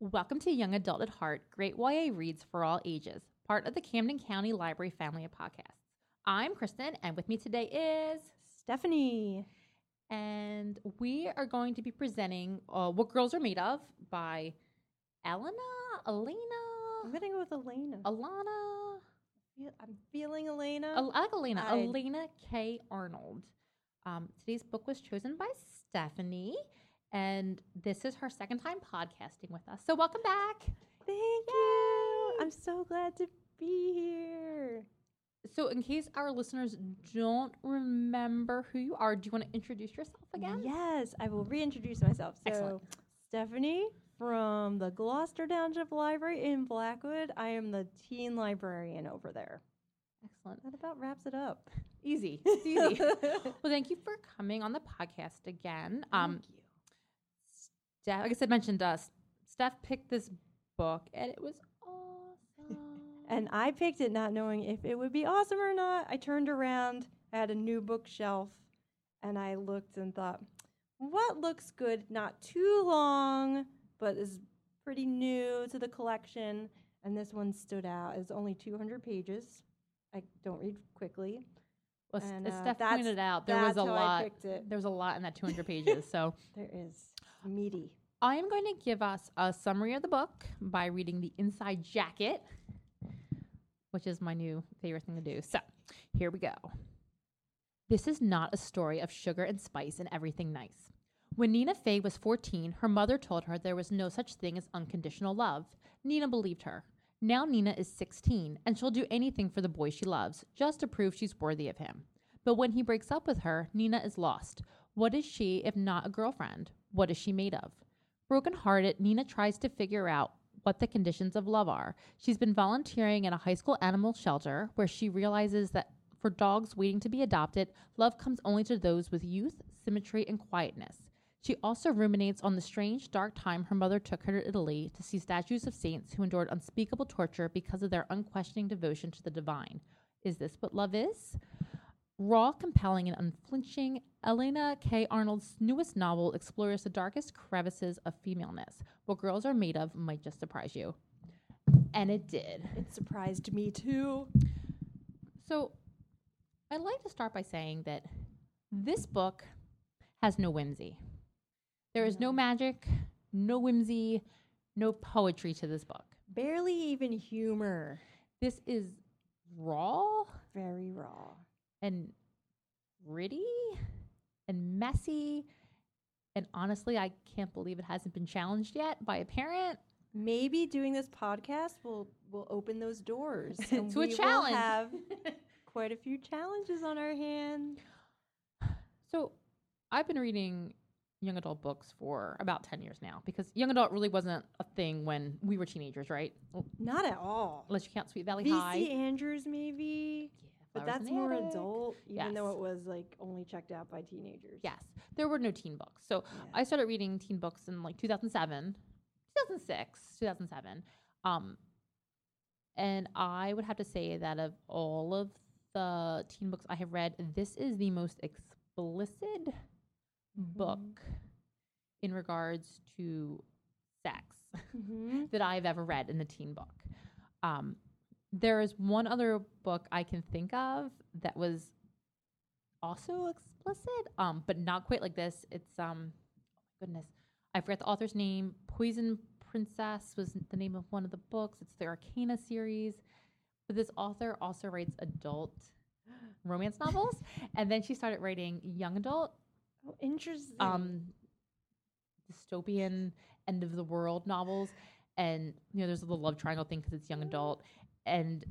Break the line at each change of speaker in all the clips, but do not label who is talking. Welcome to Young Adult at Heart, Great YA Reads for All Ages, part of the Camden County Library family of podcasts. I'm Kristen, and with me today is,
Stephanie.
and we are going to be presenting uh, What Girls Are Made Of by Elena, Elena, Oh.
I'm gonna go with Elena.
Alana.
Feel- I'm feeling Elena.
Al- I like Elena,
I-
Elena K. Arnold. Um, today's book was chosen by Stephanie, and this is her second time podcasting with us. So, welcome back.
Thank you. I'm so glad to be here.
So, in case our listeners don't remember who you are, do you want to introduce yourself
Mm-hmm.
again?
Yes, I will reintroduce myself. So,
Oh Excellent.
Stephanie from the Gloucester Township Library in Blackwood. I am the teen librarian over there.
Excellent.
That about wraps it up.
Easy. It's easy. well, thank you for coming on the podcast again. Um,
Thank you.
Steph, like I said, mentioned us. Steph picked this book, and it was awesome.
And I picked it not knowing if it would be awesome or not. I turned around, I had a new bookshelf, and I looked and thought, what looks good, not too long, but is pretty new to the collection. And this one stood out. It's only 200 pages. I don't read quickly.
Well, s-
And,
as
uh,
Steph
that's-
pointed out, there was
that's
a
how I
lot.
picked it.
There was a lot in that 200 pages. So
There is meaty.
I am going to give us a summary of the book by reading the inside jacket, which is my new favorite thing to do. So here we go. This is not a story of sugar and spice and everything nice. When Nina Fay was 14, her mother told her there was no such thing as unconditional love. Nina believed her. Now Nina is 16, and she'll do anything for the boy she loves, just to prove she's worthy of him. But when he breaks up with her, Nina is lost. What is she if not a girlfriend? What is she made of? Brokenhearted, Nina tries to figure out what the conditions of love are. She's been volunteering at a high school animal shelter where she realizes that for dogs waiting to be adopted, love comes only to those with youth, symmetry, and quietness. She also ruminates on the strange, dark time her mother took her to Italy to see statues of saints who endured unspeakable torture because of their unquestioning devotion to the divine. Is this what love is? Raw, compelling, and unflinching, Elena K. Arnold's newest novel explores the darkest crevices of femaleness. What girls are made of might just surprise you. And it did.
It surprised me too.
So I'd like to start by saying that this book has no whimsy. There is no
No.
magic, no whimsy, no poetry to this book.
Barely even humor.
This is raw
Very raw.
and gritty and messy. And honestly, I can't believe it hasn't been challenged yet by a parent.
Maybe doing this podcast will will open those doors and
To a
we
challenge.
Will have quite a few challenges on our hands.
So I've been reading young adult books for about 10 years now because young adult really wasn't a thing when we were teenagers, right?
Not at all.
Unless you count Sweet Valley
VC
High.
Andrews maybe,
Yeah,
but
Flowers in
that's
the
more
Attic.
adult, even though
Yes.
it was like only checked out by teenagers.
Yes. There were no teen books. So
Yeah.
I started reading teen books in like 2007, 2006, 2007. Um, and I would have to say that of all of the teen books I have read, this is the most explicit
Mm-hmm.
book in regards to sex
Mhm.
that I've ever read in the teen book. Um, there is one other book I can think of that was also explicit, um, but not quite like this. It's um, goodness, I forgot the author's name. Poison Princess was the name of one of the books. It's the Arcana series, but this author also writes adult romance novels, and then she started writing young adult
Oh, interesting.
um dystopian end of the world novels and you know there's the love triangle thing because it's young adult and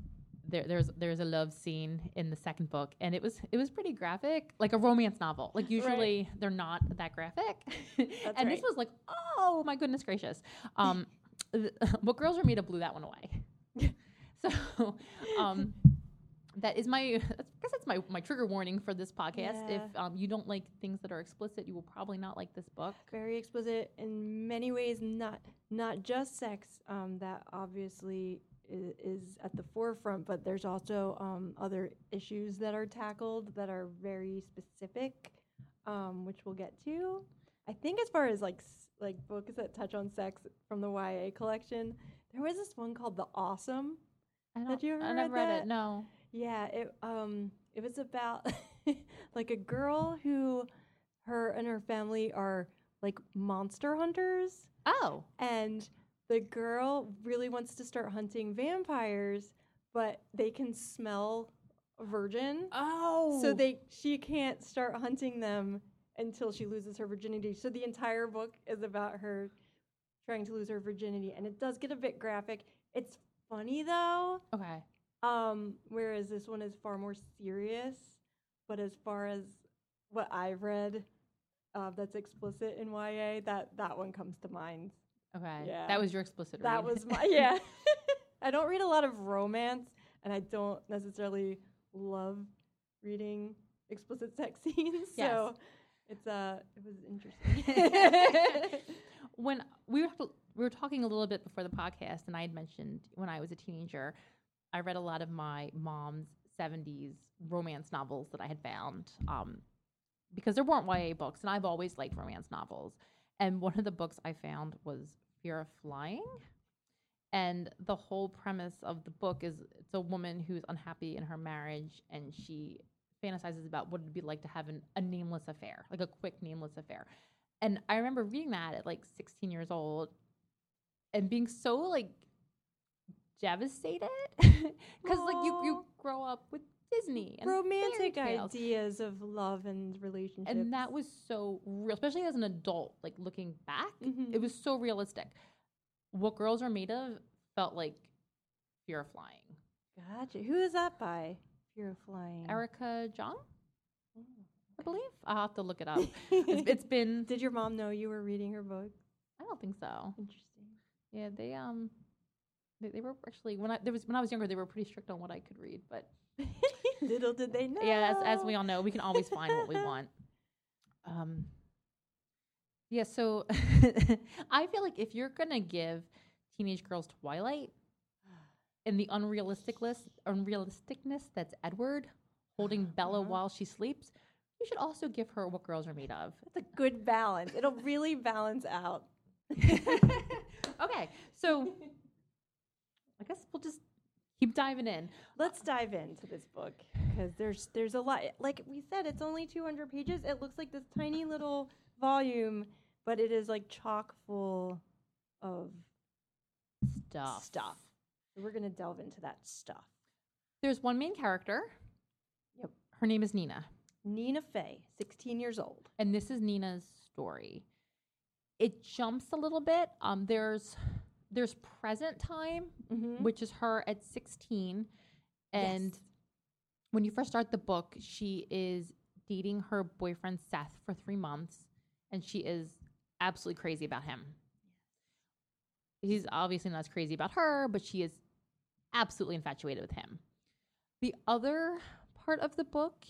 there, there's there's a love scene in the second book and it was it was pretty graphic like a romance novel like usually they're not that graphic and this
right.
was like oh my goodness gracious um th- what girls are made of blew that one away so um that is my i guess that's my my trigger warning for this podcast
Yeah.
if um, you don't like things that are explicit you will probably not like this book
very explicit in many ways. Not not just sex. Um, that obviously is, is at the forefront, but there's also um, other issues that are tackled that are very specific, um, which we'll get to. I think as far as like s- like books that touch on sex from the YA collection. There was this one called The Awesome.
I don't,
Had you ever
I
read
never read
that?
it. No.
Yeah, it um it was about like a girl who her and her family are like monster hunters
Oh.
and the girl really wants to start hunting vampires, but they can smell virgin.
Oh.
So they she can't start hunting them until she loses her virginity. So the entire book is about her trying to lose her virginity and it does get a bit graphic. It's funny though.
Okay.
Um whereas this one is far more serious, but as far as what I've read uh, that's explicit in YA, that that one comes to mind.
Okay.
Yeah.
That was your explicit
That
read.
was my yeah. I don't read a lot of romance, and I don't necessarily love reading explicit sex scenes.
Yes.
So it's uh, it was interesting.
when we were, t- we were talking a little bit before the podcast, and I had mentioned when I was a teenager, I read a lot of my mom's 70s romance novels that I had found um, because there weren't YA books, and I've always liked romance novels. And one of the books I found was Fear of Flying. And the whole premise of the book is it's a woman who's unhappy in her marriage and she fantasizes about what it'd be like to have an, a nameless affair, like a quick nameless affair. And I remember reading that at like 16 years old and being so like devastated because like you, you
Aw.
grow up with Disney and fairy
Romantic
tales.
ideas of love and relationships,
And that was so real, especially as an adult, like looking back,
Mhm.
it was so realistic. What girls are made of felt like fear of flying.
gotcha. Who is that by? Fear of flying.
Erica Jong,
Oh.
I believe. I'll have to look it up. Oh. it's, it's been,
Did your mom know you were reading her book?
I don't think so.
Interesting.
Yeah, they, um, they, they were actually when I there was when I was younger they were pretty strict on what I could read, but
Little did they know.
yeah, as, as we all know, we can always find what we want. Um, yeah, so I feel like if you're gonna give teenage girls Twilight and the unrealistic list, unrealisticness that's Edward holding Bella
Uh-huh.
while she sleeps, you should also give her what girls are made of.
It's a good balance. It'll really balance out.
okay, so I guess we'll just keep diving in.
Let's dive into this book because there's there's a lot. Like we said, it's only 200 pages. It looks like this tiny little volume, but it is like chock full of.
Stuff.
Stuff. We're gonna delve into that stuff.
There's one main character.
Yep.
Her name is Nina.
Nina Fey, 16 years old.
and this is Nina's story. It jumps a little bit. Um, there's there's present time,
Mm-hmm.
which is her at 16, and when you first start the book, she is dating her boyfriend Seth for three months, and she is absolutely crazy about him. He's obviously not as crazy about her, but she is absolutely infatuated with him. The other part of the book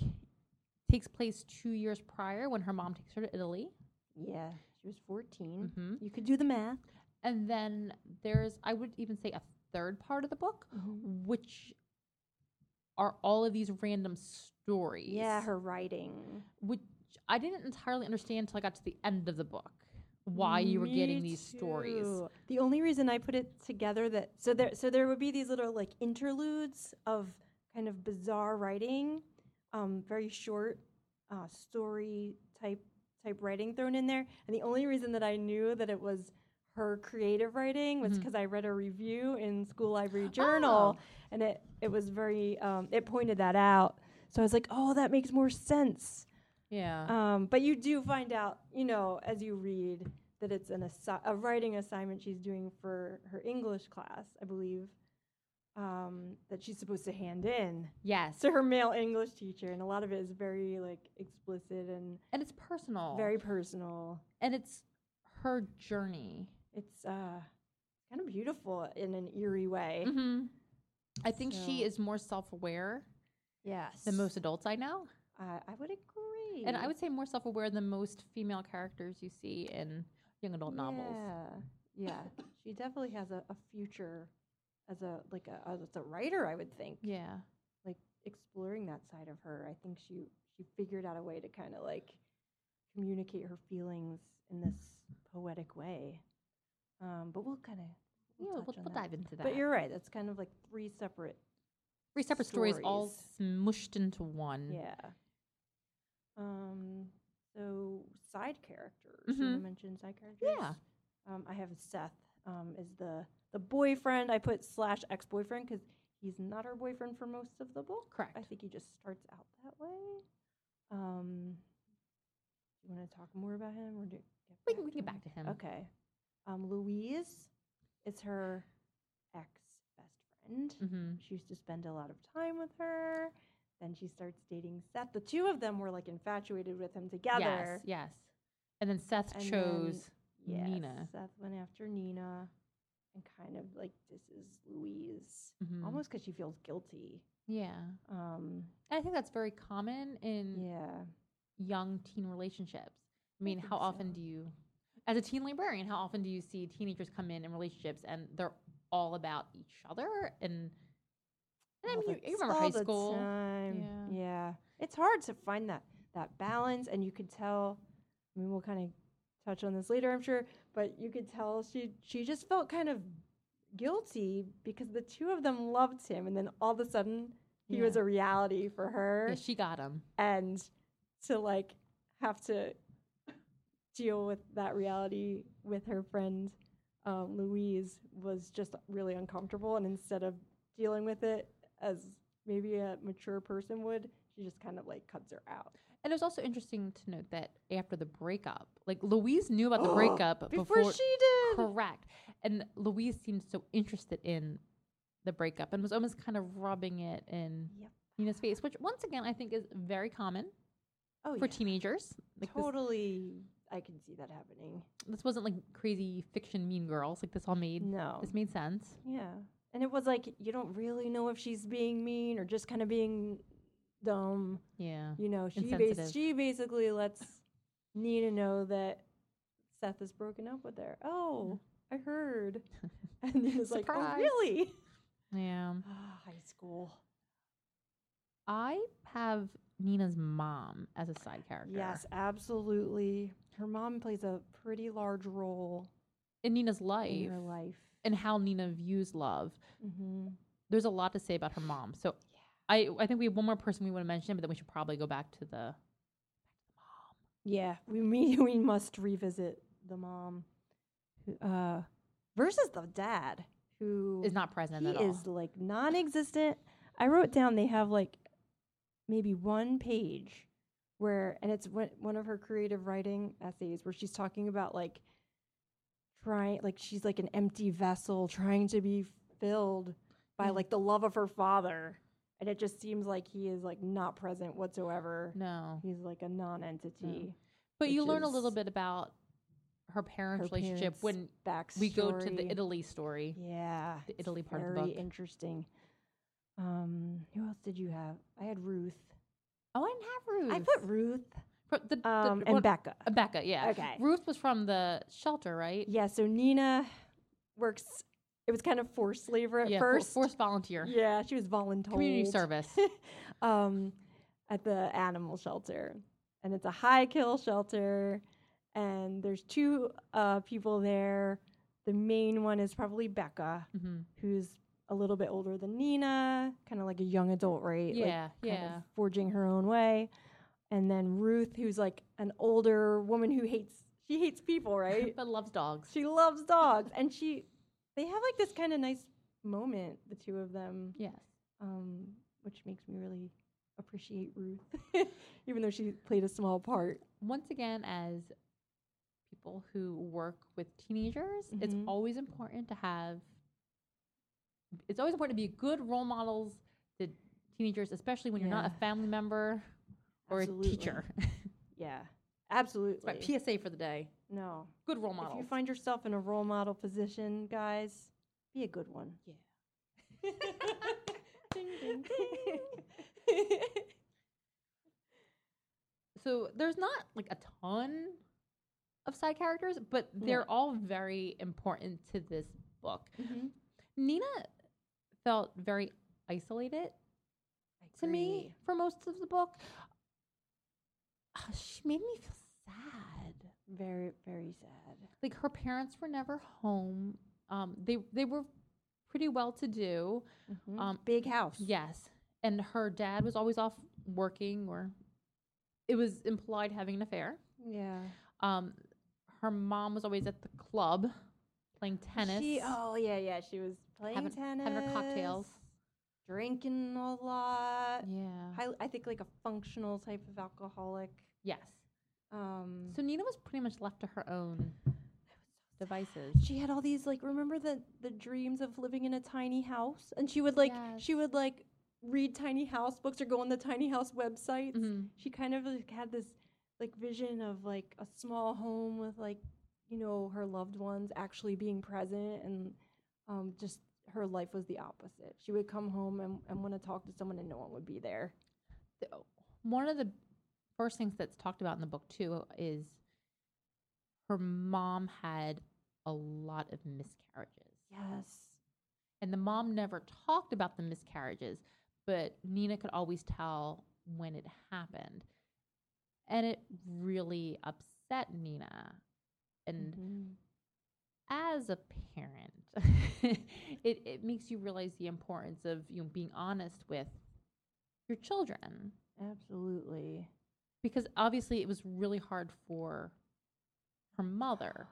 takes place two years prior when her mom takes her to Italy.
yeah, she was 14.
hmm
You could do the math.
And then there's, I would even say, a third part of the book, which are all of these random stories.
Yeah, her writing.
which I didn't entirely understand until I got to the end of the book why you were getting
Me
these stories.
too. The only reason I put it together that so there so there would be these little like interludes of kind of bizarre writing, um, very short uh, story type type writing thrown in there. And the only reason that I knew that it was her creative writing was
Mhm.
because I read a review in School
Oh.
Library Journal, and it it was very um, it pointed that out. So I was like, oh, that makes more sense.
Yeah.
Um, but you do find out, you know, as you read that it's an assi- a writing assignment she's doing for her English class, I believe, um, that she's supposed to hand in
yes.
to her male English teacher, and a lot of it is very like explicit and
And it's personal.
very personal.
and it's her journey.
It's uh, kind of beautiful in an eerie way.
Mm-hmm. I think she
So-
is more self aware
Yes,
than most adults I know.
I I would agree,
And I would say more self aware than most female characters you see in young adult novels.
Yeah, yeah. she definitely has a, a future as a like a as a writer. I would think.
Yeah.
like exploring that side of her. I think she she figured out a way to kind of like communicate her feelings in this poetic way. Um, but we'll kind of
Yeah, we'll, we'll dive into that.
But you're right. That's kind of like three separate.
Three separate stories all smushed into one.
Yeah. Um. So side characters. You wanna
Mhm.
mention side characters.
Yeah.
Um, I have Seth. Um, is the the boyfriend I put slash ex boyfriend because he's not her boyfriend for most of the book.
Correct.
I think he just starts out that way. Um, you want to talk more about him, or do Mm-hmm.
We can, we can get back to him.
Mm, Okay. Um, Louise is her ex best friend.
Mm-hmm.
She used to spend a lot of time with her. Then she starts dating Seth. The two of them were like infatuated with him together.
Yes, yes. And then Seth
And then-
chose. Nina.
Seth went after Nina and kind of like this is Louise.
mhm.
Almost because she feels guilty.
Yeah.
Um,
And I think that's very common in
yeah.
young teen relationships. I mean,
think
how often
so.
do you, as a teen librarian, how often do you see teenagers come in in relationships and they're all about each other? And, and I
all
mean,
the
you, you remember
all
high
the
school.
Oh, time. Yeah. It's hard to find that that balance and you could tell I mean we'll kind of touch on this later, I'm sure, but you could tell she she just felt kind of guilty because the two of them loved him and then all of a sudden he was
Yeah.
a reality for her
Yeah, she got him.
and to like have to deal with that reality with her friend um, Louise was just really uncomfortable. And instead of dealing with it as maybe a mature person would, she just kind of like cuts her out
And it was also interesting to note that after the breakup, like Louise knew about the
Oh,
breakup
before, she did.
Correct. And Louise seemed so interested in the breakup and was almost kind of rubbing it in
Yep.
Nina's face, which once again I think is very common
oh,
for
yeah.
teenagers. Like this,
totally, I can see that happening.
this wasn't like crazy fiction mean girls. Like this all made
No,
this made sense.
yeah, and it was like you don't really know if she's being mean or just kind of being dumb.
Yeah.
you know, she
Insensitive.
bas- she basically lets Nina know that Seth has broken up with her. Oh, I heard. And Nina's like, oh,
Surprise.
really?
Yeah.
Ah, high school.
I have Nina's mom as a side character.
Yes, absolutely. Her mom plays a pretty large role
In Nina's
in
life
her life.
and how Nina views love.
Mm-hmm.
There's a lot to say about her mom. So I I think we have one more person we want to mention, but then we should probably go back to the
Yeah, we me- we must revisit the mom, who, uh, versus the dad who
is not present
he
at all.
is like non-existent. I wrote down they have like maybe one page where, and it's one one of her creative writing essays where she's talking about like trying, like she's like an empty vessel trying to be filled by
Yeah.
like the love of her father, and it just seems like he is like not present whatsoever.
No.
He's like a
Mm.
non-entity.
But you
which
learn a
is
little bit about her parents'
her
relationship
parents'
when
Backstory.
we go to the Italy story.
Yeah.
The
it's
Italy part of the
very
book.
interesting. Um, who else did you have? I had Ruth.
Oh, I didn't
I
have Ruth.
put Ruth
Fro- the, the-
um,
one-
and Becca.
uh, Becca, yeah.
Okay.
Ruth was from the shelter, right?
Yeah, so Nina works. It was kind of forced labor at
Yeah, for-
first.
forced volunteer.
yeah, she was voluntold.
Community service.
um, at the animal shelter, and it's a high kill shelter, and there's two uh, people there. The main one is probably Becca,
Mhm.
who's a little bit older than Nina, kind of like a young adult, right? Like,
Yeah,
kind of
yeah.
forging her own way. And then Ruth, who's like an older woman who hates she hates people, right?
but loves dogs.
she loves dogs, and she they have like this kind of nice moment, the two of them,
Yes.
um, which makes me really appreciate Ruth, even though she played a small part.
Once again, as people who work with teenagers, it's
Mhm.
always important to have, it's always important to be good role models to teenagers, especially when you're not a
Yeah.
family member or
Absolutely.
a teacher.
Yeah, absolutely.
Right, PSA for the day.
no,
Good role
if
model.
you find yourself in a role model position, guys, be a good one.
so there's not like a ton of side characters, but they're
No.
all very important to this book.
Mm-hmm.
Nina felt very isolated to me for most of the book. Ah, She made me feel sad.
Very, very sad.
Like her parents were never home. Um, they they were pretty well to do. Um,
Big house.
Yes, and her dad was always off working, or it was implied having an affair.
Yeah.
Um, her mom was always at the club playing tennis.
She, oh yeah, yeah. She was playing
Having-
tennis,
having her cocktails.
drinking a lot.
Yeah.
I, I think like a functional type of alcoholic.
Yes.
Um,
So Nina was pretty much left to her own devices.
she had all these like remember the the dreams of living in a tiny house, and she would like she would like read tiny house books or go on the tiny house websites.
Mhm.
She kind of like had this like vision of like a small home with like you know her loved ones actually being present and um, just her life was the opposite. She would come home and, and want to talk to someone and no one would be there.
th- one of the first things that's talked about in the book too is her mom had a lot of miscarriages
Yes.
and the mom never talked about the miscarriages but nina could always tell when it happened and it really upset nina and
Mhm.
as a parent, it, it makes you realize the importance of you know, being honest with your children
Absolutely.
because obviously it was really hard for her mother,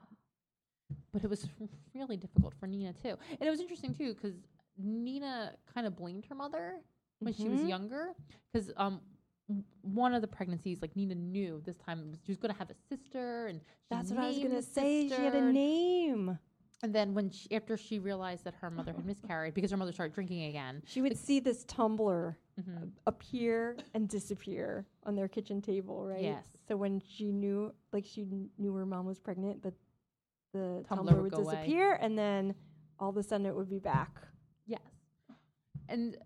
but it was really difficult for Nina too. And it was interesting too because Nina kind of blamed her mother when she was
Mhm.
younger because um. w- One of the pregnancies, like Nina knew this time she was going to have a sister, and she
That's what I was
named
gonna
the
say. She had a
sister.
name.
And then when she, after she realized that her mother had miscarried because her mother started drinking again,
She would see this tumbler
Mhm.
appear and disappear on their kitchen table, right?
Yes.
So when she knew, like, she kn- knew her mom was pregnant, but the
Tumbler
tumbler,
would
would
go away.
disappear, and then all of a sudden it would be back.
yes. And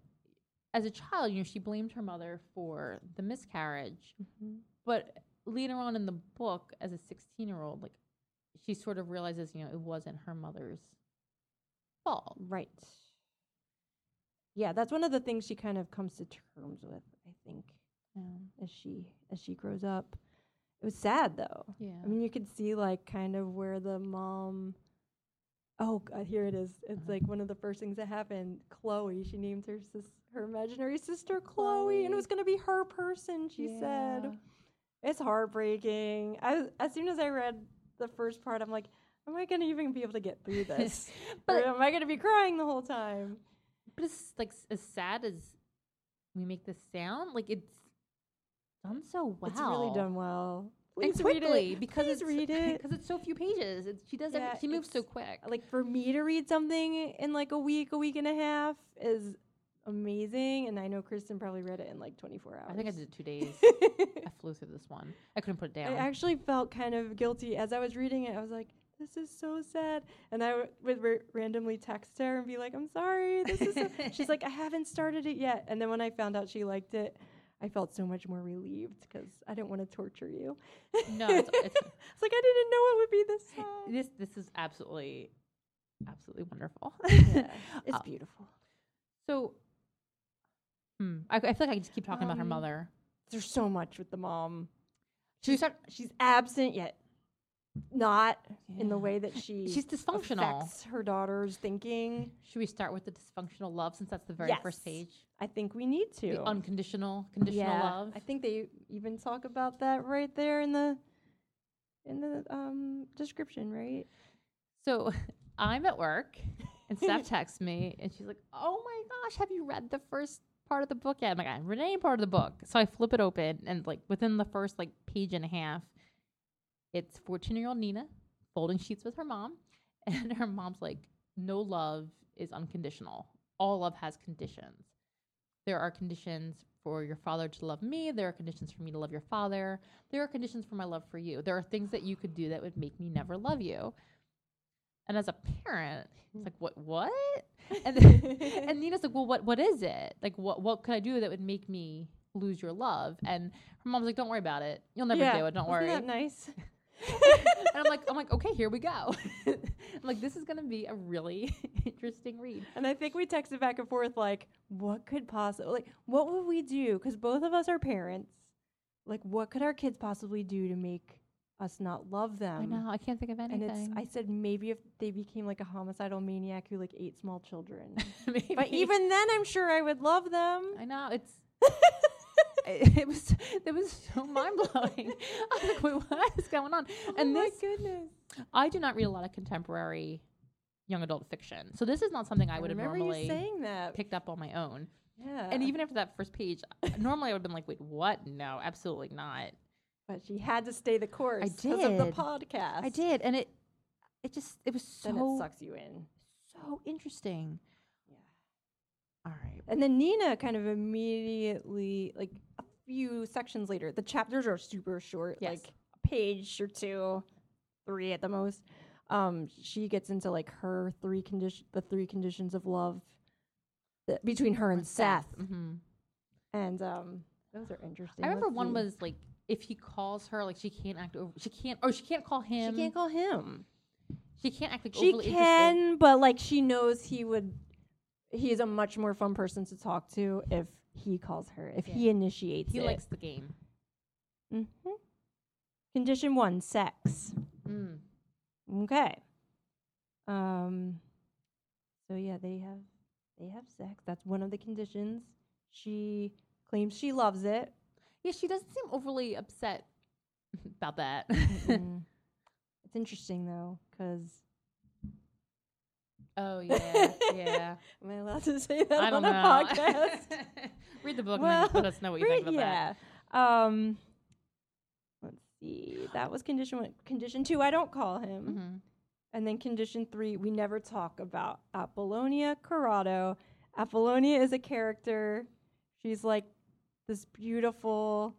as a child, you know, she blamed her mother for the miscarriage. But later on in the book, as a 16 year old, like she sort of realizes, you know, it wasn't her mother's fault.
Right. Yeah, that's one of the things she kind of comes to terms with, I think, as she as she grows up. It was sad though.
Yeah.
I mean, you could see like kind of where the mom. Oh, God, here it is. It's
Uh-huh.
like one of the first things that happened. Chloe, she named her sis, her imaginary sister Chloe, and it was going to be her person. She said, "It's heartbreaking." I, as soon as I read the first part, I'm like, "Am I going to even be able to get through this?
But-
or am I going to be crying the whole time?"
But it's like s- as sad as we make this sound, like it's done so well.
It's really done well. Please
and
read it.
quickly because
Please
it's
read it.
because it's so few pages. It's, she does every-
Yeah,
she moves so
it's-
quick.
like for me to read something in like a week, a week and a half is amazing. And I know Kristen probably read it in like 24 hours.
I think I did two days. I flew through this one. I couldn't put it
I
down.
actually felt kind of guilty as I was reading it. I was like, this is so sad. And I w- would r- randomly text her and be like, I'm sorry. This is so-" She's like, I haven't started it yet. And then when I found out she liked it, I felt so much more relieved because I didn't want to torture you.
no, it's, it's,
It's like, I didn't know it would be this sad.
this this is absolutely absolutely wonderful.
Yeah, it's
Uh,
beautiful.
so, hmm, I, I feel like I just keep talking about her
Um,
mother.
There's so much with the mom.
She start,
she's absent yet not in the
Yeah.
way that she
she's dysfunctional.
affects her daughter's thinking.
Should we start with the dysfunctional love since that's the very first
Yes.
page?
I think we need to
The unconditional conditional
Yeah.
love.
I think they even talk about that right there in the in the um, description, right?
So I'm at work and Steph texts me and she's like, Oh my gosh, have you read the first part of the book yet? I'm like, I haven't read any part of the book. So I flip it open and like within the first like page and a half, it's 14 year old Nina folding sheets with her mom. And her mom's like, No love is unconditional. All love has conditions. There are conditions for your father to love me. There are conditions for me to love your father. There are conditions for my love for you. There are things that you could do that would make me never love you. And as a parent,
Hmm.
it's like, what, what? And, and Nina's like, well, what, what is it? Like, what, what could I do that would make me lose your love? And her mom's like, don't worry about it. You'll never do it. Don't worry.
Isn't that nice?
and I'm like, I'm like, okay, here we go. I'm like, this is gonna be a really interesting read.
And I think we texted back and forth like, what could possibly, like, what would we do? Because both of us are parents. Like, what could our kids possibly do to make us not love them.
I know. I can't think of
Um, And
anything.
it's I said maybe if they became like a homicidal maniac who like ate small children.
Maybe.
but even then I'm sure I would love them.
I know it's. it it was it was so mind blowing. I was like, wait, what is going on?
oh
And
my
this,
goodness.
I do not read a lot of contemporary young adult fiction, so this is not something I would have
remember you
normally
saying Uh, that.
picked up on my own.
yeah.
And even after that first page, normally I would have been like, wait, what? No, absolutely not.
but she had to stay the course because of the
did.
podcast.
I did, and it it just it was
Then it
so
sucks you in.
so interesting.
Yeah.
All right.
And then Nina kind of immediately, like a few sections later, the chapters are super short,
Yes.
like a page or two, three at the most. Um, she gets into like her three condition, the three conditions of love that, between her and Seth,
hmm
and um, those are interesting.
I remember
Let's
one
see.
was like, if he calls her, like she can't act over, she can't, or she can't call him.
she can't call him.
She can't act like
She
overly
can,
interested.
but like she knows he would. He is a much more fun person to talk to if he calls her, if
Yeah.
he initiates
He
it.
likes the game.
hmm Condition one, sex.
Mm.
Okay. Um. So yeah, they have they have sex. That's one of the conditions. She claims she loves it.
Yeah, she doesn't seem overly upset about that.
Mm. it's interesting though, because
oh yeah, yeah.
am I allowed to say that
I
on
don't
a
know.
podcast?
Read the book
Well,
and then let us know what you think
Right,
about that.
yeah. Um. Let's see. That was condition one. Condition two. I don't call him.
hmm
And then condition three, we never talk about Apollonia Corrado. Apollonia is a character. She's like this beautiful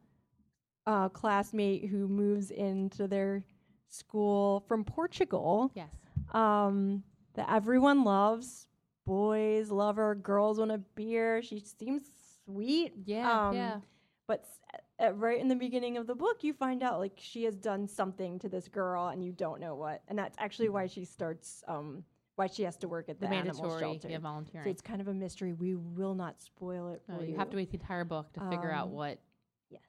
uh, classmate who moves into their school from Portugal
Yes.
um, that everyone loves. Boys love her, girls want a beer. She seems sweet.
Yeah.
Um,
yeah.
But s- at, right in the beginning of the book, you find out like she has done something to this girl, and you don't know what. And that's actually why she starts, um, why she has to work at the,
Mm-hmm. The,
animal
mandatory
shelter.
yeah,
so
volunteering.
it's kind of a mystery. We will not spoil it for
Oh,
you.
you have to wait the entire book to figure out
Um,
what
Yes.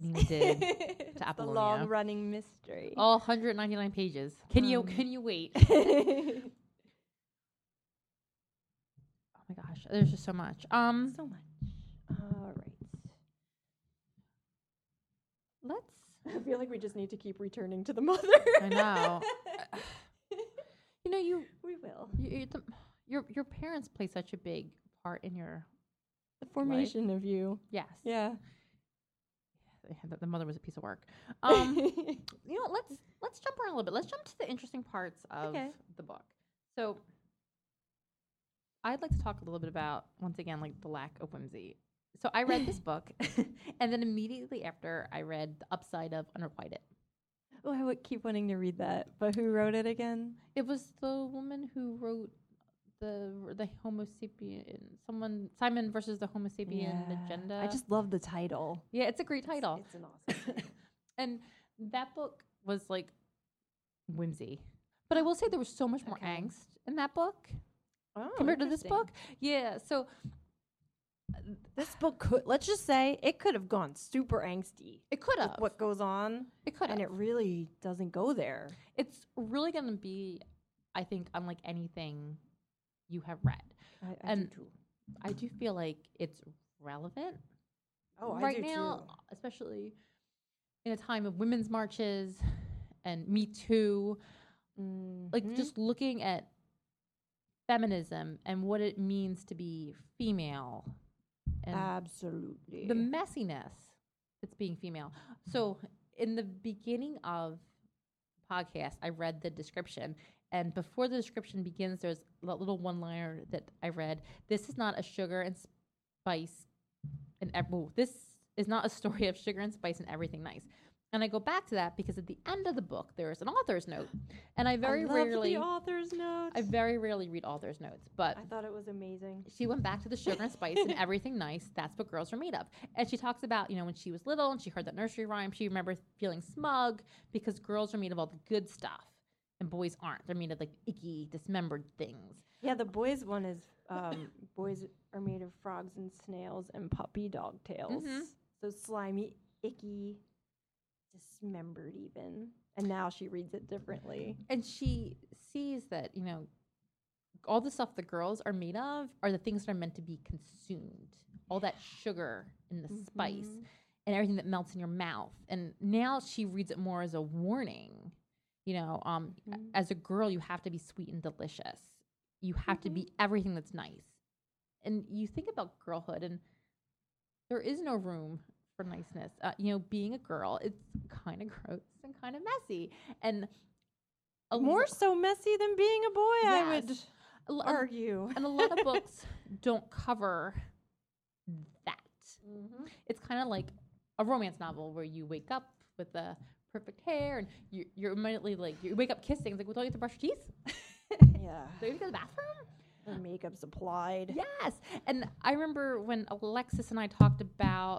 Nina did.
it's a
Apollonia. Oh.
long running mystery.
All 199 pages. Can you
Um,
can you wait? Mm-hmm.
so
Oh my gosh, there's just so much. Um,
much. All right.
let's.
I feel like we just need to keep returning to the mother.
I know. You know, you,
we will.
you you're the, your your parents play such a big part in your
The formation of you.
yes.
Yeah.
The, the mother was a piece of work. Um, you know, let's let's jump around a little bit. Let's jump to the interesting parts of
Okay.
the book. So, I'd like to talk a little bit about once again, like the lack of whimsy. So I read this book, and then immediately after, I read The Upside of Unrequited.
Oh, I would keep wanting to read that. But who wrote it again?
It was the woman who wrote the the Homo sapien, someone Simon versus the Homo sapien agenda.
I just love the title.
yeah, it's a great title,
It's, an awesome title.
and that book was like whimsy. But I will say there was so much more
Okay.
angst in that book
Oh,
compared to this book. Oh, Yeah, so
This book could, let's just say, it could have gone super angsty.
it could
with
have.
What goes on,
It could
and
have.
it really doesn't go there.
It's really going to be, I think, unlike anything you have read.
I, I do
And-
too.
I do feel like it's relevant
Oh,
right
I do
now, especially in a time of women's marches and Me Too,
too.
like
Mhm.
just looking at feminism and what it means to be female and
absolutely
the messiness that's being female. So, in the beginning of podcast, I read the description, and before the description begins, there's a little one-liner that I read. This is not a sugar and spice and ev- well, this is not a story of sugar and spice and everything nice. And I go back to that because at the end of the book, there is an author's note, and I very
I love
rarely,
the author's notes.
I very rarely read author's notes, but
I thought it was amazing.
she went back to the sugar and spice and everything nice. That's what girls are made of. And she talks about, you know, when she was little and she heard that nursery rhyme, she remembered feeling smug because girls are made of all the good stuff and boys aren't. They're made of like icky, dismembered things.
Yeah, the boys one is um, boys are made of frogs
Mm-hmm.
and snails and puppy dog tails. So slimy, icky, dismembered even. And now she reads it differently.
and she sees that you know all the stuff the girls are made of are the things that are meant to be consumed all that sugar and the spice
Mhm.
and everything that melts in your mouth and now she reads it more as a warning you know um a-
Mhm.
as a girl you have to be sweet and delicious you have to
Mhm.
be everything that's nice and you think about girlhood and there is no room for niceness uh, you know being a girl it's kind of gross and kind of messy and a
More so messy than being a boy, I would
Yes. l- um, a-
argue.
and a lot of books don't cover that. It's kind of like a romance novel where you wake up with the perfect hair and you, you're immediately like, you wake up kissing. It's like, well, don't you have to brush your teeth?
Yeah.
Don't you have to go to the bathroom?
Her makeup's applied.
Yes. And I remember when Alexis and I talked about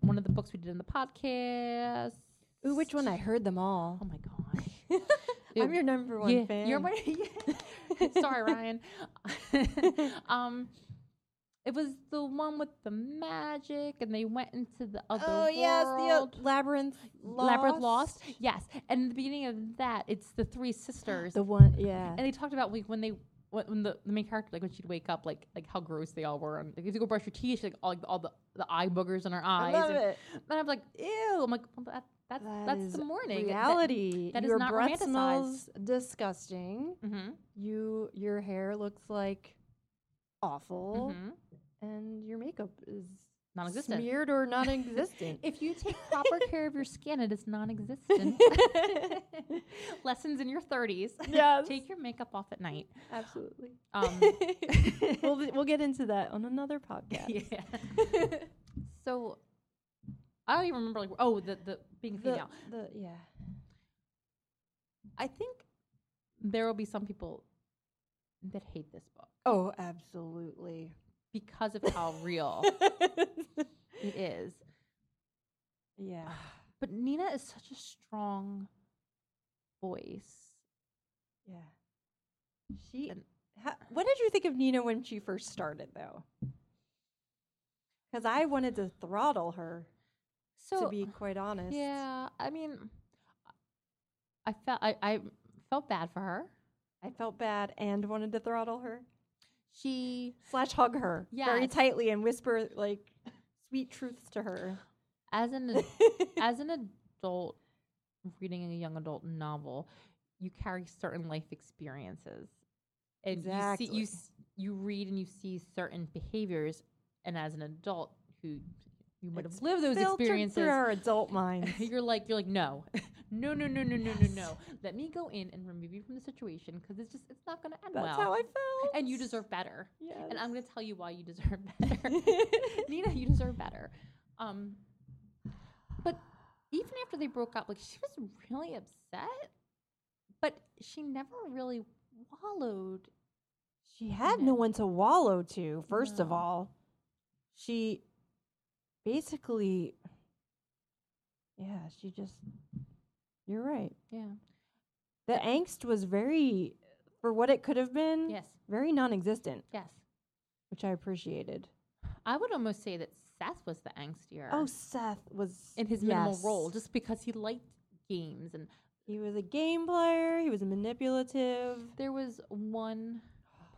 one of the books we did in the podcast.
Ooh, which one? I heard them all.
Oh my gosh.
I'm your number one
yeah,
fan.
You're my, Sorry, Ryan. um, it was the one with the magic, and they went into the other
Oh
world.
yes, the uh, labyrinth.
Labyrinth Lost. Yes, and in the beginning of that, it's the three sisters,
The one, yeah.
and they talked about like when they. When when the, the main character, like when she'd wake up, like like how gross they all were, and like, if you go brush your teeth, she's, like all, like, all the, the eye boogers in her
I
eyes,
love
and,
it.
and I'm like, ew, I'm like, well, that, that's
That
that's
is
the morning
Reality.
that is
your
not
breath
romanticized.
smells disgusting.
hmm
You, your hair looks like awful, and your makeup is
mm-hmm. Non-existent.
smeared or non-existent.
If you take proper care of your skin, it is non-existent. Lessons in your 30s.
Yes.
take your makeup off at night.
Absolutely.
Um,
we'll we'll get into that on another podcast.
yeah. so I don't even remember like oh the the being
The,
female.
the, yeah.
I think there will be some people that hate this book
Oh, absolutely.
because of how real it is.
yeah.
But Nina is such a strong voice.
Yeah. She.
And-
ha- what did you think of Nina when she first started, though? Because I wanted to throttle her,
So
to be quite honest.
Yeah, I mean, I felt I, I felt bad for her.
I felt bad and wanted to throttle her
She
slash hug her very
Yes.
tightly and whisper like sweet truths to her.
as an ad- as an adult reading a young adult novel, you carry certain life experiences, and you see
Exactly.
you s- you read and you see certain behaviors, and as an adult who you would have
It's
lived those
Filtered through
experiences,
our adult minds.
you're like you're like no no no no no no no no let me go in and remove you from the situation because it's just it's not going to end
That's
well
how I felt.
and you deserve better
Yes.
and I'm going to tell you why you deserve better. Nina, you deserve better. Um, but even after they broke up, like she was really upset, but she never really wallowed.
She had no one to wallow to, first of
No.
all. She basically, yeah, she just, you're right.
Yeah.
The angst was very, for what it could have been,
Yes.
very non existent,
Yes.
which I appreciated.
I would almost say that Seth was the angstier
Oh, Seth was.
in his minimal role,
yes.
just because he liked games. And
He was a game player, he was manipulative.
there was one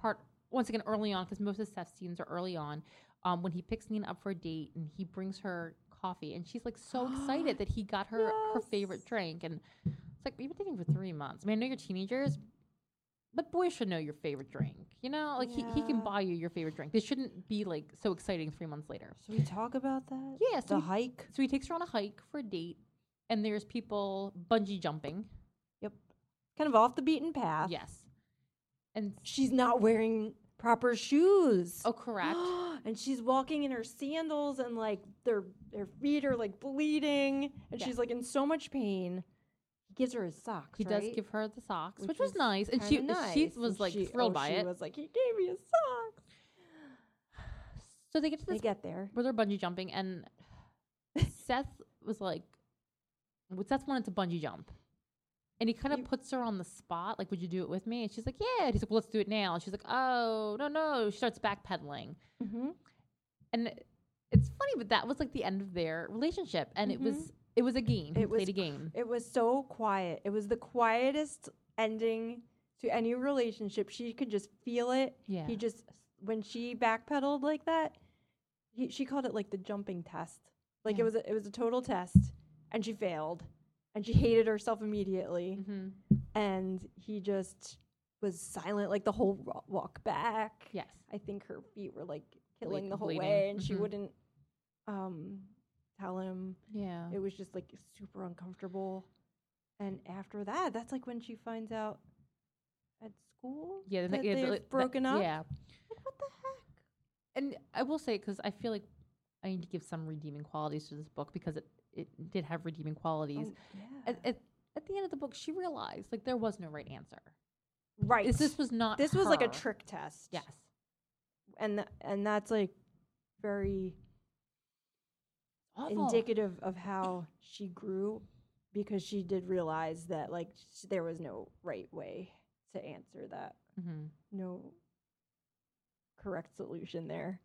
part, once again, early on, because most of Seth's scenes are early on, um, when he picks Nina up for a date and he brings her coffee, and she's like so excited that he got her her favorite
Yes.
drink, and it's like we've been dating for three months. I mean, I know you're teenagers, but boys should know your favorite drink. You know, like he, he can
Yeah.
buy you your favorite drink. This shouldn't be like so exciting three months later.
Should we talk about that?
Yeah, so
the
he-
hike.
So he takes her on a hike for a date, and there's people bungee jumping.
Kind of off the beaten path.
Yes, and
She's not wearing proper shoes.
oh, correct.
and she's walking in her sandals and like their their feet are like bleeding and
Yeah.
she's like in so much pain. He gives her his socks.
He does
right?
give her the socks, which,
Which
was
was
nice, and she
Kinda
she
nice.
was
And
like
she-
thrilled
oh,
by
she
it.
was like, he gave me his socks.
So they get to
They
this
get there.
where they're bungee jumping, and Seth was like, well, Seth wanted to bungee jump. And he kind
You-
of puts her on the spot, like, would you do it with me? And she's like, yeah. And he's like, well, let's do it now. And she's like, oh, no, no. She starts backpedaling.
Mm-hmm.
And it- it's funny, but that was like the end of their relationship. And it was, It was a game. He
Mm-hmm. It was
played a game.
It was so quiet. It was the quietest ending to any relationship. She could just feel it.
Yeah.
He just when she backpedaled like that, he, she called it like the jumping test. Like
Yeah.
it was a, it was a total test, and she failed, and she hated herself immediately.
Mhm.
And he just was silent like the whole ro- walk back.
Yes.
I think her feet were like killing the whole
bleeding.
way, and she
Mhm.
wouldn't um tell him
Yeah.
it was just like super uncomfortable. And after that, that's like when she finds out at school
yeah. the-
that
yeah, the-
they've
like, that-
broken up.
Yeah.
Like, what the heck?
And I will say because I feel like I need to give some redeeming qualities to this book because it it did have redeeming qualities.
Oh, yeah.
At, at, at the end of the book, she realized like there was no right answer.
right.
This, this was not.
This was like a
her.
trick test.
Yes.
And th- and that's like very
Awful.
indicative of how she grew because she did realize that like sh- there was no right way to answer that.
hmm
No correct solution there.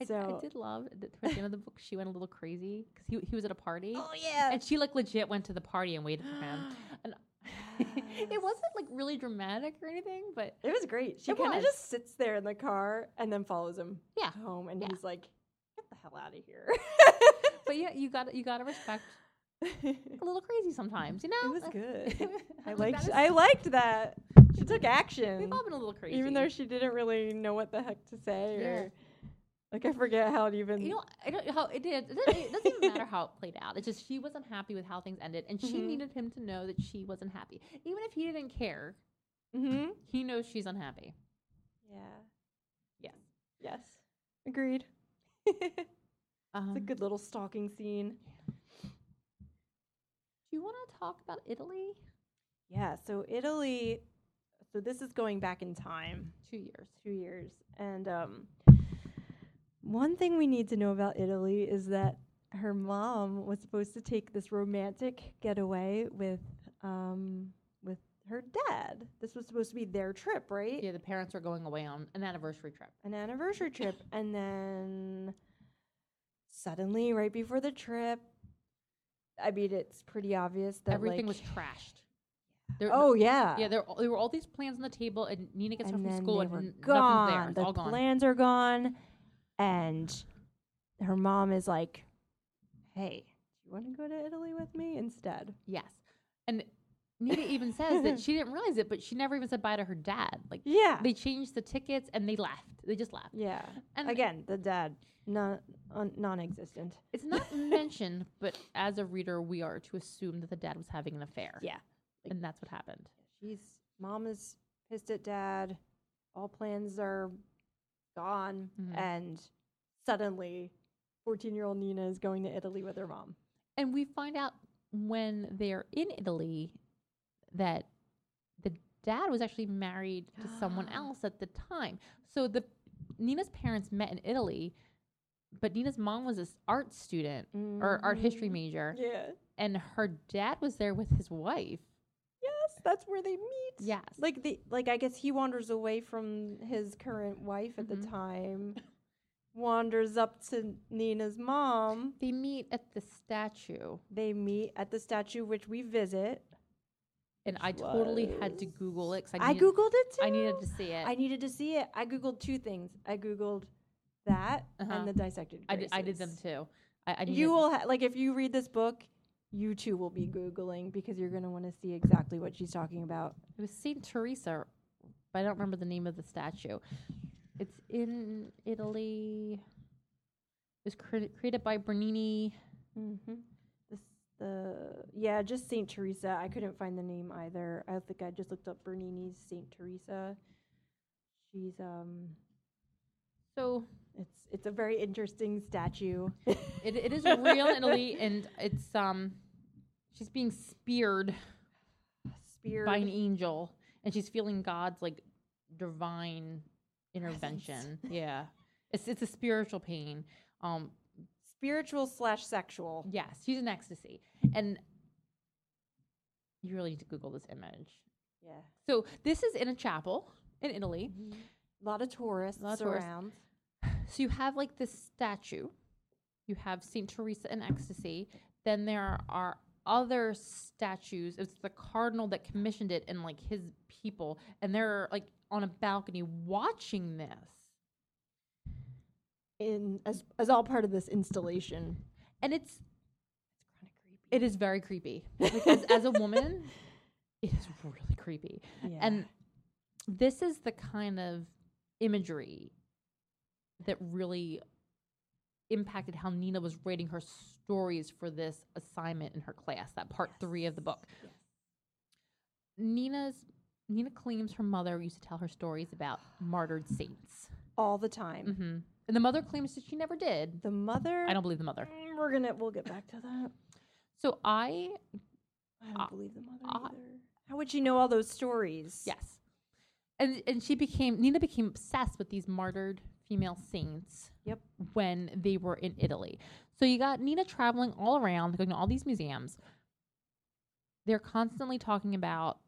I,
So-
I did love that towards the end of the book she went a little crazy because he he was at a party
yeah.
and she like legit went to the party and waited for him. And it wasn't like really dramatic or anything, but
It was great. She
It
kind of
was.
just sits there in the car and then follows him
Yeah.
home, and
Yeah.
he's like, "Get the hell out of here!"
but yeah, you got to you got to respect
it
a little crazy sometimes, you know.
was good. I
Like,
liked.
that
I
is-
liked that. She took action,
We've all been a little crazy,
even though she didn't really know what the heck to say,
Yeah.
or like I forget how it even.
you know I don't know how it did. It doesn't, it doesn't even matter how it played out. It's just she wasn't happy with how things ended, and she
Mhm.
needed him to know that she wasn't happy, even if he didn't care.
mm-hmm.
He knows she's unhappy.
Yeah.
Yes.
Yes. Agreed. it's
Um,
a good little stalking scene.
Do you want to talk about Italy?
Yeah. So Italy. So this is going back in time.
Two years.
two years. And um, one thing we need to know about Italy is that her mom was supposed to take this romantic getaway with um, with her dad. This was supposed to be their trip, right?
Yeah, the parents are going away on an anniversary trip.
An anniversary trip. And then suddenly, right before the trip, I mean, it's pretty obvious that
Everything
like,
was trashed. There,
Oh yeah,
yeah. There, there were all these plans on the table, and Nina gets home
and
from
then
school,
they
and
were
n-
gone.
nothing's there. It's
the
all gone.
plans are gone, and her mom is like, "Hey, do you want to go to Italy with me instead?"
Yes, and Nina even says that she didn't realize it, but she never even said bye to her dad. Like
Yeah,
they changed the tickets, and they left. They just left.
yeah.
And
Again, the dad non un, non-existent.
it's not mentioned, but as a reader, we are to assume that the dad was having an affair.
Yeah.
and that's what happened.
She's mom is pissed at dad. All plans are gone,
Mhm.
and suddenly, fourteen-year-old Nina is going to Italy with her mom.
And we find out when they're in Italy that the dad was actually married to someone else at the time. So the Nina's parents met in Italy, but Nina's mom was this art student or art history
Mhm.
major,
Yeah.
and her dad was there with his wife.
Yes, that's where they meet.
Yes.
Like the like I guess he wanders away from his current wife at the
Mhm.
time, wanders up to Nina's mom.
They meet at the statue,
They meet at the statue which we visit.
and I
Which
totally had to
was-
Google it because I,
I,
needed-
googled it too.
I needed to see it.
I needed to see it. I googled two things. I googled that
Uh-huh.
and the dissected.
I did, I did them
Graces.
too. I, I needed-
You will ha- like if you read this book, you too will be googling because you're going to want to see exactly what she's talking about.
It was Saint Teresa, but I don't remember the name of the statue. It's in Italy. It was cre- created by Bernini.
Mm-hmm. This, the yeah, just Saint Teresa. I couldn't find the name either. I think I just looked up Bernini's Saint Teresa. She's um,
So
it's it's a very interesting statue.
it, it is real in Italy, and it's um, she's being speared
Spear
by an angel, and she's feeling God's like divine intervention. Yeah, it's it's a spiritual pain. Um,
spiritual slash sexual.
yes, she's in ecstasy, and you really need to Google this image.
Yeah,
So this is in a chapel in Italy.
a Mm-hmm. lot of tourists
Lot of tourists.
around.
So you have like this statue. You have Saint Teresa in ecstasy. Then there are other statues. It's the cardinal that commissioned it and like his people, and they're like on a balcony watching this.
in as as all part of this installation.
And it's it is very creepy. Like, as, as a woman, it is really creepy.
Yeah.
And this is the kind of imagery that really impacted how Nina was rating her stories for this assignment in her class, that part three of the book. Nina's Nina claims her mother used to tell her stories about martyred saints.
all the time.
hmm And the mother claims that she never did.
The mother.
I don't believe the mother.
Mm, We're gonna. We'll get back to that.
So I,
I don't
Uh,
believe the mother
uh,
either. How would she know all those stories?
yes. And and she became Nina became obsessed with these martyred female saints.
Yep.
When they were in Italy. So you got Nina traveling all around, going to all these museums. They're constantly talking about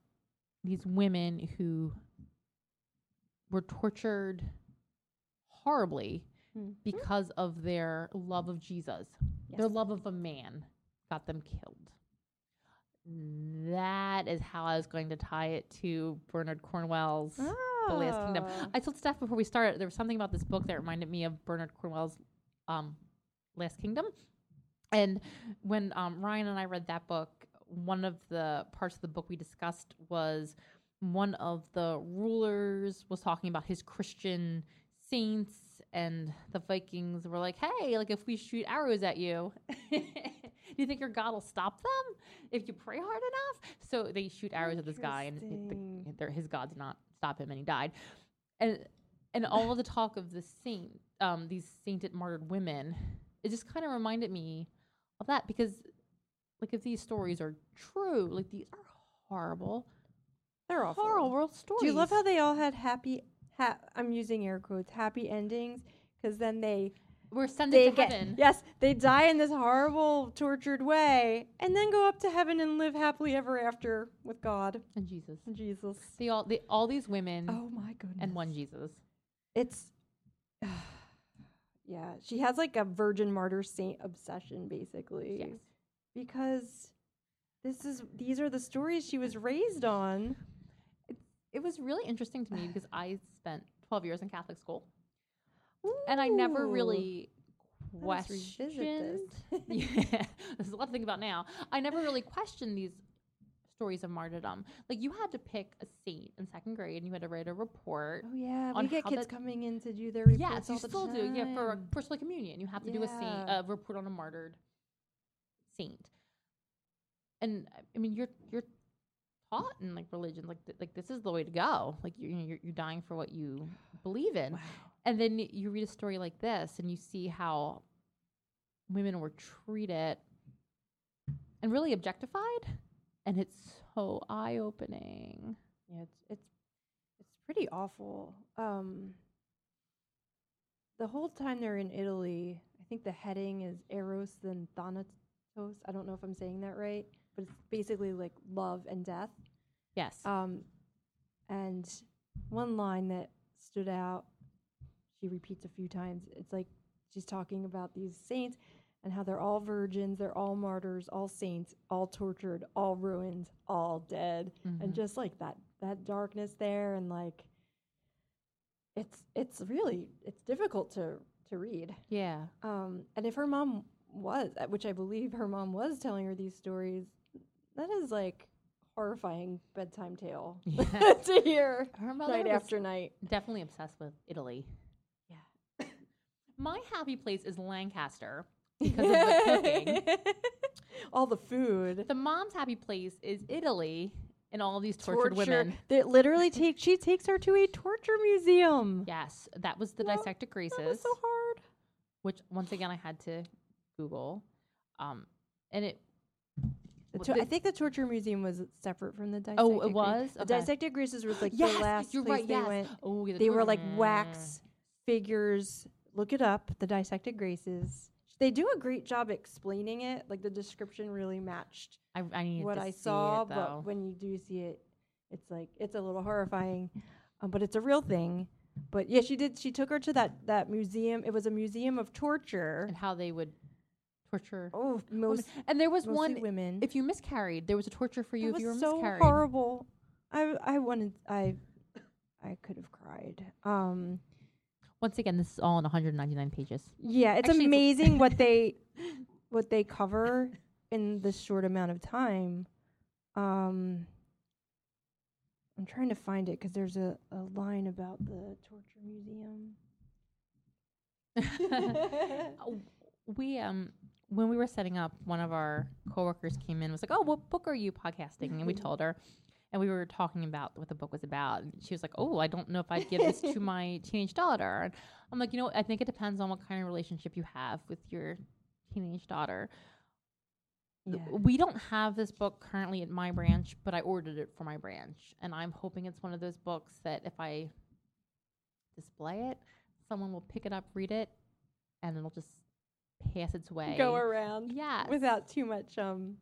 these women who were tortured horribly
Mhm.
because of their love of Jesus. Their
Yes.
love of a man got them killed. That is how I was going to tie it to Bernard Cornwell's The Last Kingdom.
Ah.
I told Steph before we started, there was something about this book that reminded me of Bernard Cornwell's um, Last Kingdom. And when um, Ryan and I read that book, one of the parts of the book we discussed was one of the rulers was talking about his Christian saints, and the Vikings were like, hey, like if we shoot arrows at you, do you think your God will stop them if you pray hard enough? So they shoot arrows at this guy, and it, the
Interesting.
their, his god did not stop him and he died and and all of the talk of the saint um these sainted martyred women it just kind of reminded me of that because like if these stories are true like these are horrible
They're awful.
horrible stories
Do you love how they all had happy? Ha- I'm using air quotes. Happy endings, because then they
we're
they
sending to
get
heaven
yes, they die in this horrible, tortured way, and then go up to heaven and live happily ever after with God
and jesus
and Jesus.
they all they all these women
Oh my goodness!
Mm. and one jesus
It's yeah. She has like a virgin martyr saint obsession, basically.
yes
because this is these are the stories she was raised on.
it was really interesting to me because i spent 12 years in catholic school and i never
Ooh.
really
Let us revisit
questioned
this.
yeah, there's a lot to think about now. I never really questioned these stories of martyrdom. Like you had to pick a saint in second grade, and you had to write a report.
Oh yeah,
on
we get
how
kids
that-
coming in to do their reports
Yes, you
all the
still do. Yeah, for
time.
personal communion, you have to do a saint,
Yeah.
a report on a martyred saint. And I- I mean, you're you're taught in like religion, like th- like this is the way to go. Like you you're, you're dying for what you believe in. And then you read a story like this and you see how women were treated and really objectified. And it's so eye opening.
Yeah, it's it's it's pretty awful. Um, the whole time they're in Italy, I think the heading is Eros and Thanatos. I don't know if I'm saying that right, but it's basically like love and death.
Yes.
Um, and one line that stood out, she repeats a few times. It's like she's talking about these saints and how they're all virgins, they're all martyrs, all saints, all tortured, all ruined, all dead, and
Mm-hmm.
just like that that darkness there, and like it's it's really it's difficult to to read.
yeah.
Um, and if her mom was, uh, which I believe her mom was telling her these stories, that is like horrifying bedtime tale
Yeah.
to hear
Her mother
night
was
after night.
definitely obsessed with Italy. Yeah. My happy place is Lancaster because of the cooking.
all the food.
The mom's happy place is Italy and all these tortured women.
That literally take she takes her to a torture museum.
Yes, that was the
Well,
dissected graces.
That was so hard.
which once again I had to Google, um, and it.
The
Well,
tor-
the-
I think the torture museum was separate from the dissected.
Oh, it
Gre-
was.
The
Okay.
dissected Greases was like
yes,
the last
you're
place
right.
they
yes.
went.
Oh, yeah, the
they were
torture-
like
Mm.
wax figures. Look it up, the dissected graces. They do a great job explaining it. Like the description really matched
I, I needed
what
to
I
see
saw,
it, though.
but when you do see it, it's like it's a little horrifying, um, but it's a real thing. But yeah, she did. She took her to that that museum. It was a museum of torture.
and how they would torture.
Oh, most
And there was
mostly
one.
women.
If you miscarried, there was a torture for
That
you if you were
was so
miscarried.
horrible. I I wanted I I could have cried. Um,
Once again, this is all in 199 pages.
yeah, it's
Actually, it's a-
amazing what they what they cover in this short amount of time. Um, I'm trying to find it because there's a, a line about the torture museum.
Oh, we um when we were setting up, one of our coworkers came in was like, "Oh, what book are you podcasting?" And we told her, and we were talking about what the book was about. And she was like, "Oh, I don't know if I'd give this to my teenage daughter." And I'm like, "You know, what? I think it depends on what kind of relationship you have with your teenage daughter."
Yeah.
We don't have this book currently at my branch, but I ordered it for my branch, and I'm hoping it's one of those books that if I display it, someone will pick it up, read it, and it'll just pass its way.
Go around
Yes.
without too much um.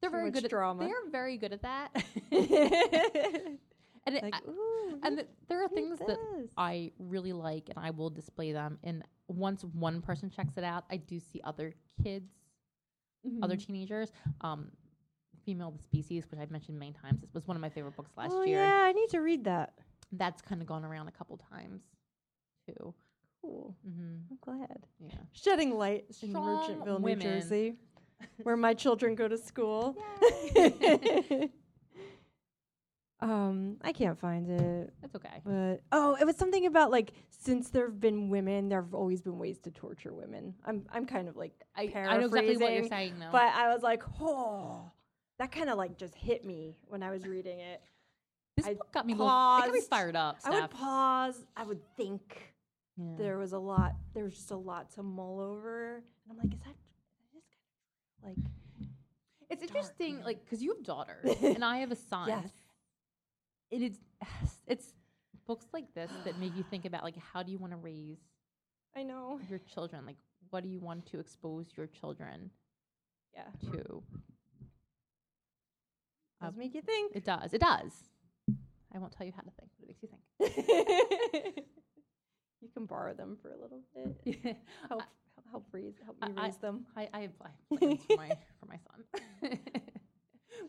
they're
too
very
much
good at
drama.
They're very good at that.
like,
and it, I-
ooh,
and
look
th- there are
at
things that
this.
I really like, and I will display them. And once one person checks it out, I do see other kids,
Mm-hmm.
other teenagers. Um, Female of the Species, which I've mentioned many times, it was one of my favorite books last
oh,
year.
Yeah, I need to read that.
That's kind of gone around a couple times, too.
Cool.
Mm-hmm.
I'm glad.
Yeah.
Shedding light in
Strong
Merchantville,
women.
New Jersey, where my children go to school. um, I can't find it,
That's okay.
but oh, it was something about like since there've been women, there've always been ways to torture women. I'm I'm kind of like
I,
paraphrasing,
I know exactly what you're saying, though.
but I was like, oh, that kind of like just hit me when I was reading it.
this
I
book got me, a little, it got me
paused.
fired up.
I would
Steph.
pause. I would think.
Yeah.
there was a lot there was just a lot to mull over and i'm like is that is this kind of
It's
dark
interesting,
man.
like, because you have daughters and I have a son.
Yes.
It is, it's books like this that make you think about, like, how do you want to raise
like i know
your children? Like, what do you want to expose your children
yeah
to? um,
does make you think
It does. It does. I won't tell you how to think, but it makes you
you can borrow them for a little bit
think.
help help raise help
I-
me
I-
raise them
I, I have I have plans for my, for my son.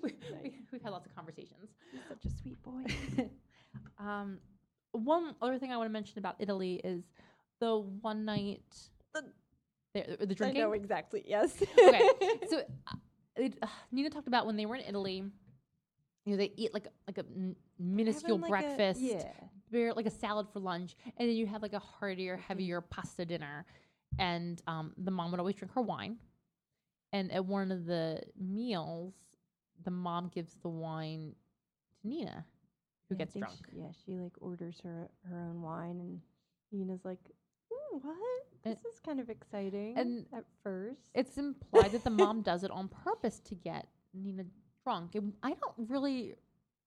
we, we, we've had lots of conversations.
He's such a sweet boy
um, one other thing I want to mention about Italy is the one night
The-
the, the
i know
drinking.
exactly yes
okay, so uh, it, uh, Nina talked about when they were in Italy. You know, they eat like like a n- minuscule
Having, like, a-
breakfast,
yeah
bare- like a salad for lunch, and then you have like a heartier,
Mm-hmm.
heavier pasta dinner. And um, the mom would always drink her wine. And at one of the meals, the mom gives the wine to Nina, who
Yeah, I
gets
think
drunk.
she- yeah she like orders her her own wine and nina's like Ooh, what this
And-
is kind of exciting
and
at first
It's implied that the mom does it on purpose to get Nina drunk. And I don't really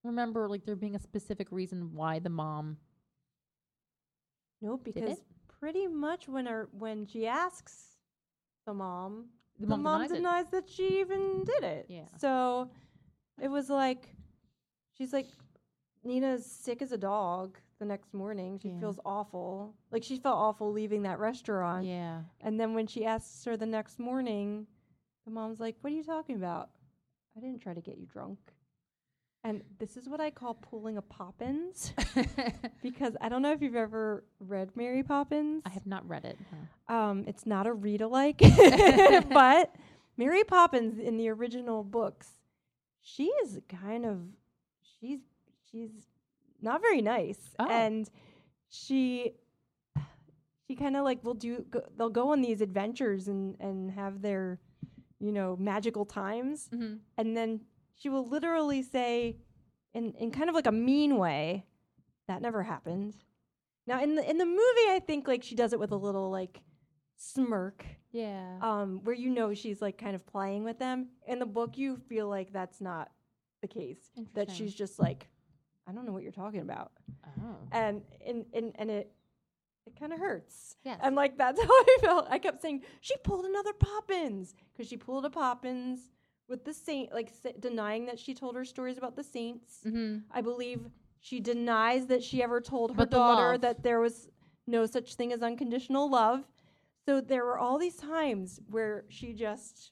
remember like there being a specific reason why the mom.
No,
it?
because pretty much when her when she asks the mom,
The mom, denies it.
denies that she even did it.
Yeah.
So it was like she's like Nina's sick as a dog the next morning. She
Yeah.
feels awful. Like she felt awful leaving that restaurant.
Yeah,
And then when she asks her the next morning, the mom's like, What are you talking about? I didn't try to get you drunk. And this is what I call pulling a Poppins because I don't know if you've ever read Mary Poppins.
I have not read it. no.
Um, it's not a read alike, but Mary Poppins in the original books, she is kind of she's she's not very nice,
Oh.
and she she kind of like will do go, they'll go on these adventures and and have their you know magical times,
Mhm.
and then she will literally say in in kind of like a mean way that never happened now in the in the movie i think like she does it with a little like smirk
Yeah.
um where you know she's like kind of playing with them in the book you feel like that's not the case that
Interesting.
she's just like i don't know what you're talking about
Oh.
and and and, and it it kind of hurts
Yes.
and like that's how I felt. I kept saying she pulled another Poppins because she pulled a Poppins with the saint, like sa- denying that she told her stories about the saints.
mm-hmm.
I believe she denies that she ever told her
But the
daughter
love.
that there was no such thing as unconditional love. So there were all these times where she just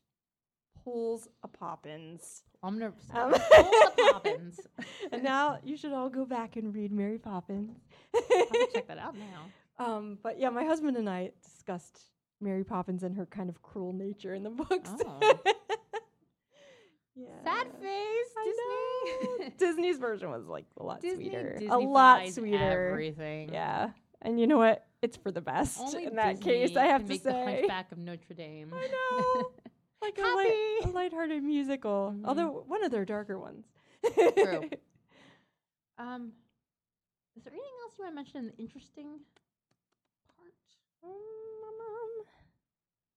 pulls a poppins.
I'm gonna
Um,
All the Poppins.
and now you should all go back and read Mary Poppins.
I'm gonna check that out now.
um, but yeah, my husband and I discussed Mary Poppins and her kind of cruel nature in the books.
Oh.
yeah.
Sad face,
I know.
Disney.
Disney's version was like a lot
Disney,
sweeter.
Disney
a lot
buys
sweeter.
Everything.
Yeah. And you know what? It's for the best
Only
in that
Disney
case, I have
can
to
make the
say.
Hunchback of Notre Dame.
I know. Like a, light, a lighthearted musical.
Mhm.
Although one of their darker ones.
True. um, is there anything else you want to mention in the interesting part?
Mm,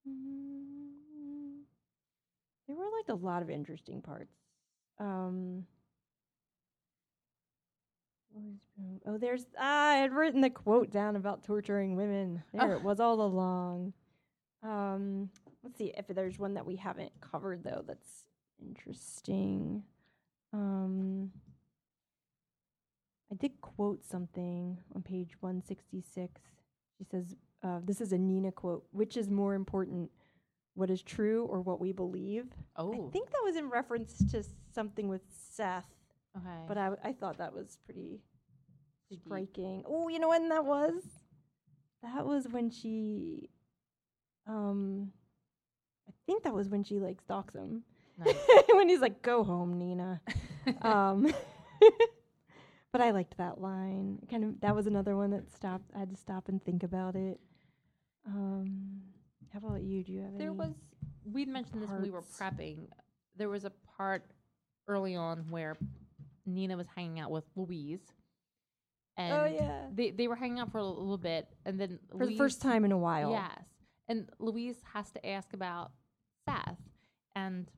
Um, mm, There were like a lot of interesting parts. Um, what was wrong? oh, there's ah, I had written the quote down about torturing women. There it was all along. Um, let's see if there's one that we haven't covered though. That's interesting. Um, I did quote something on page 166. She says, uh, This is a Nina quote. Which is more important, what is true or what we believe?
Oh,
I think that was in reference to something with Seth,
okay.
but I, w- I thought that was pretty
Pretty deep.
striking. Oh, you know when that was? That was when she, um, I think that was when she like stalks him.
Nice.
when he's like, "Go home, Nina." um, but I liked that line. Kind of that was another one that stopped. I had to stop and think about it. Um, how about you? Do you have
There
any?
was we'd mentioned this when we were
parts.
prepping. There was a part early on where Nina was hanging out with Louise. And
oh yeah,
they they were hanging out for a little bit and then
for the first time in a while.
Yes. And Louise has to ask about Seth. And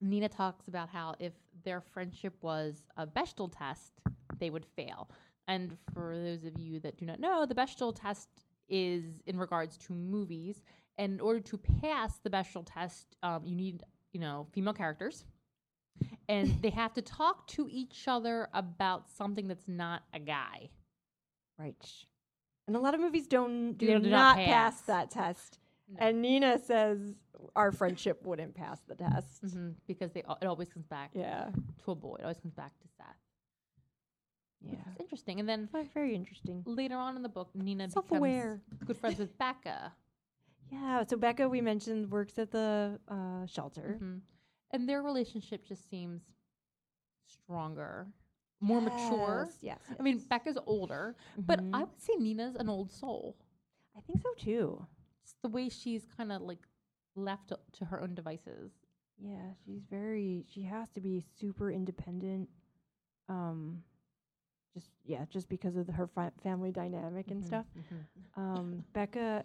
Nina talks about how if their friendship was a Bechtel test, they would fail. And for those of you that do not know, the Bechtel test is in regards to movies. And in order to pass the Bechtel test, um, you need, you know, female characters. And they have to talk to each other about something that's not a guy.
right. And a lot of movies don't do,
They
not
do not
pass.
pass.
that test.
No.
And Nina says our friendship wouldn't pass the test.
Mhm, because they al- it always comes back
Yeah,
to a boy. It always comes back to Seth.
yeah,
It's interesting. And then
Ve- very interesting.
later on in the book, Nina
Self-aware.
becomes good friends with Becca.
Yeah. So Becca, we mentioned, works at the uh, shelter.
Mhm. And their relationship just seems stronger, Mm-hmm. more mature.
Yes, Yes.
I mean,
yes.
Becca's older, but
Mhm.
I would say Nina's an old soul.
I think so too.
It's the way she's kind of like left to- to her own devices.
Yeah, she's very. She has to be super independent. Um, just yeah, just because of the, her fa- family dynamic and
Mhm,
stuff.
mhm.
Um, Becca,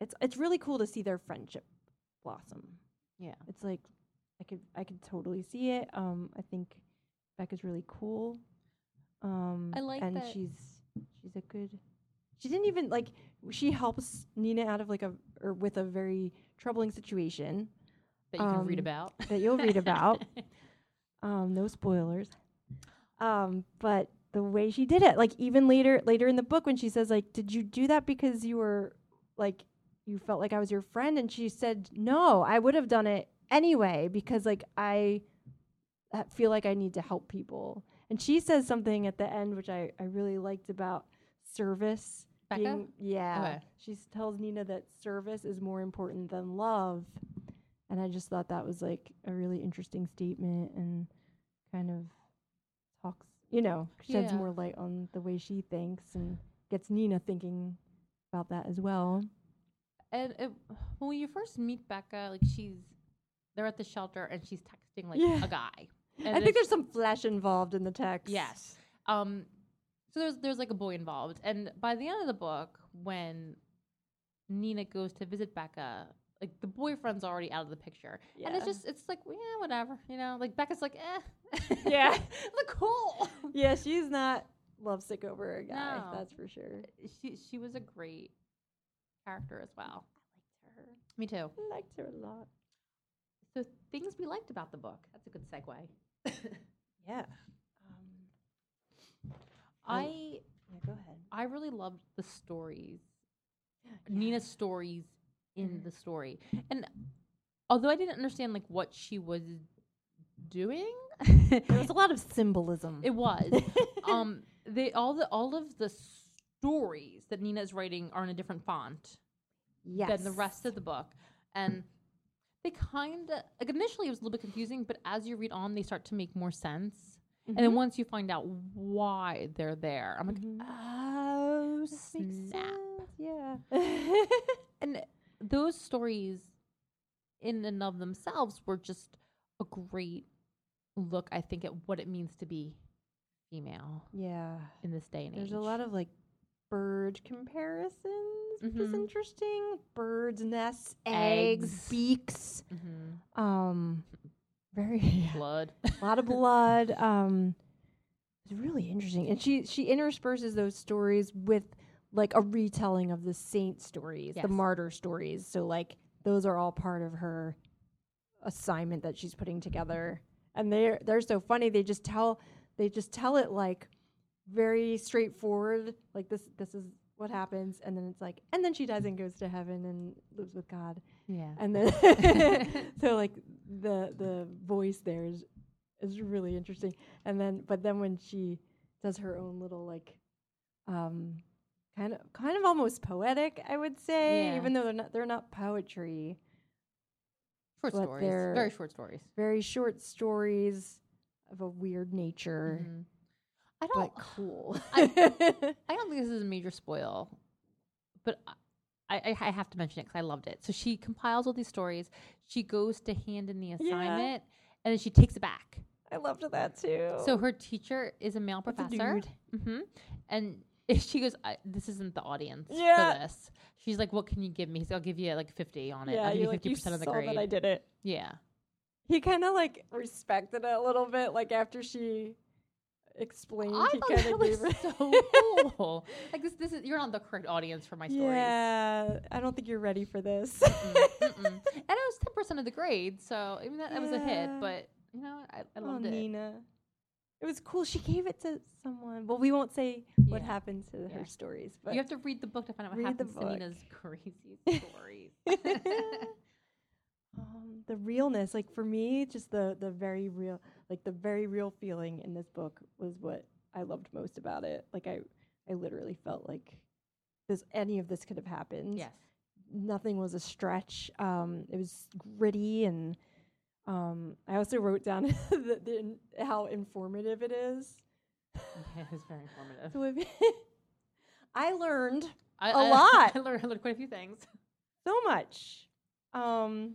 it's it's really cool to see their friendship blossom.
Yeah.
it's like I could I could totally see it. Um, I think Becca's really cool. Um,
I like
and
that-
she's she's a good. She didn't even like she helps Nina out of like a or with a very troubling situation.
That you can read
Um,
about.
that you'll read about. Um, no spoilers. Um, but the way she did it, like even later later in the book when she says like, "Did you do that because you were like you felt like I was your friend?" and she said, "No, I would have done it anyway because like I uh, feel like I need to help people." And she says something at the end which I I really liked about service.
Becca?
being- yeah.
Okay.
She s- tells Nina that service is more important than love. And I just thought that was like a really interesting statement and kind of talks, you know, sheds
Yeah.
more light on the way she thinks and gets Nina thinking about that as well.
And it, when you first meet Becca, like she's they're at the shelter and she's texting like
Yeah.
a guy.
I
And
think
it's-
there's some flesh involved in the text.
Yes. Um, so there's there's like a boy involved, and by the end of the book, when Nina goes to visit Becca, like the boyfriend's already out of the picture, and
Yeah.
it's just it's like well, yeah, whatever, you know. Like Becca's like, eh,
Yeah.
look cool.
Yeah, she's not lovesick over a guy,
No.
that's for sure.
She she was a great character as well. Me too.
I liked her a lot.
So things we liked about the book. That's a good segue.
Yeah. Um,
I
yeah, go ahead.
I really loved the stories Nina's stories in
Mm-hmm.
the story. And although I didn't understand like what she was doing,
There was a lot of symbolism.
it was. um they all the all of the stories that Nina is writing are in a different font
yes.
than the rest of the book. And they kind of like initially it was a little bit confusing, but as you read on, they start to make more sense.
Mm-hmm.
And then once you find out why they're there, I'm like,
Mm-hmm.
oh snap!
Yeah.
And those stories, in and of themselves, were just a great look. I think at what it means to be female
yeah.
in this day and age.
There's a lot of like bird comparisons, which is
Mhm.
interesting. Birds, nests,
Eggs.
eggs beaks.
mm-hmm.
um very
blood.
a lot of blood um it's really interesting and she she intersperses those stories with like a retelling of the saint stories
Yes.
the martyr stories so like those are all part of her assignment that she's putting together and they're they're so funny they just tell they just tell it like very straightforward like this this is what happens and then it's like and then she dies and goes to heaven and lives with god
yeah.
and then so like the the voice there is is really interesting and then but then when she does her own little like um kind of kind of almost poetic i would say
Yeah.
even though they're not they're not poetry
Short
but
stories.
they're-
Very short stories.
very short stories of a weird nature
Mhm. I don't.
Mm-hmm. but cool
I don't think this is a major spoil, but I, I, I have to mention it because I loved it. So she compiles all these stories. She goes to hand in the assignment, and then she takes it back.
i loved that too
So her teacher is a male
It's a
professor,
dude.
hmm and she goes, I, "This isn't the audience for
Yeah.
this." She's like, "What can you give me?" He's, "I'll give you like fifty on it.
yeah
I'll give
you
you
like
fifty
you saw
percent of the
that
grade."
i did it
yeah,
he kind of like respected it a little bit like after she explained
I
he
thought
kind
that
of
was
gave her
so cool. Like this, this is you're not the correct audience for my stories.
yeah i don't think you're ready for this
Mm, mm-mm. and it was ten percent of the grade, so even that, that was a hit.
Yeah.
But you know, I, I
oh
loved it.
nina it was cool she gave it to someone well we won't say what
Yeah.
happened to
Yeah.
her stories but
you have to read the book to find out what
Read the
happens to
book.
Nina's crazy stories.
um, the realness like for me just the the very real like the very real feeling in this book was what i loved most about it like i i literally felt like this any of this could have happened
yes,
nothing was a stretch. Um, it was gritty, and um, I also wrote down the, the, in- how informative it is.
yeah, it's very informative.
So if I learned
I,
A
I-
lot.
I learned, I learned quite a few things.
so much. Um,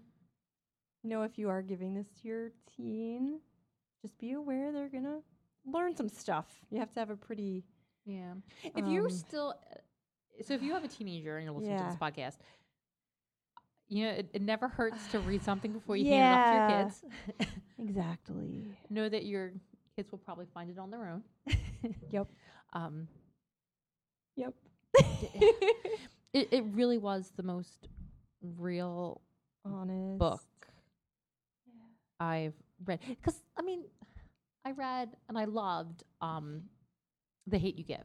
you know, if you are giving this to your teen, just be aware they're gonna learn some stuff. You have to have a pretty
Yeah. If you're
Um,
still, uh, so if you have a teenager and you're listening to
Yeah.
this podcast, you know it, it never hurts to read something before you hand it off to your kids.
exactly.
know that your kids will probably find it on their own.
Yep.
Um,
Yep.
it, it really was the most real
Honest
book I've read. Because, I mean, I read and I loved um, The Hate You Give.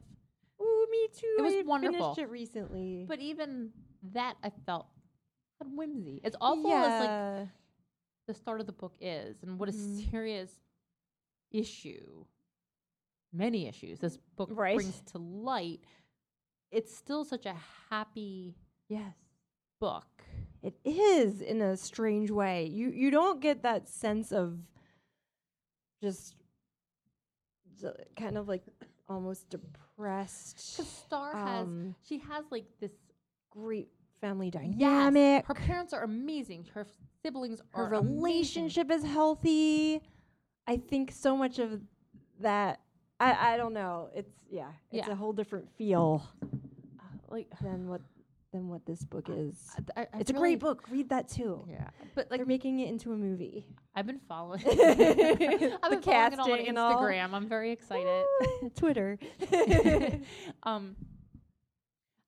Ooh, me too.
It was
I
wonderful.
Finished it recently.
But even that, I felt had whimsy. As awful as like
Yeah.
the start of the book is and what a
Mhm.
serious issue, many issues, this book
Right.
brings to light, it's still such a happy
yes.
book.
It is in a strange way. You you don't get that sense of just d- kind of like almost depressed.
Because Star has
Um,
she has like this
great family
Yes,
dynamic.
Her parents are amazing. Her siblings
Her
are amazing.
relationship is healthy. I think so much of that. I I don't know. It's yeah. It's
Yeah. Uh,
a whole different feel
Like
than what than what this book is.
I- I- I
it's a
really-
great book. Read that too.
Yeah, but like
They're making it into a movie.
I've been following I've been following
The
it all on
casting and all.
Instagram. I'm very excited.
Twitter.
um,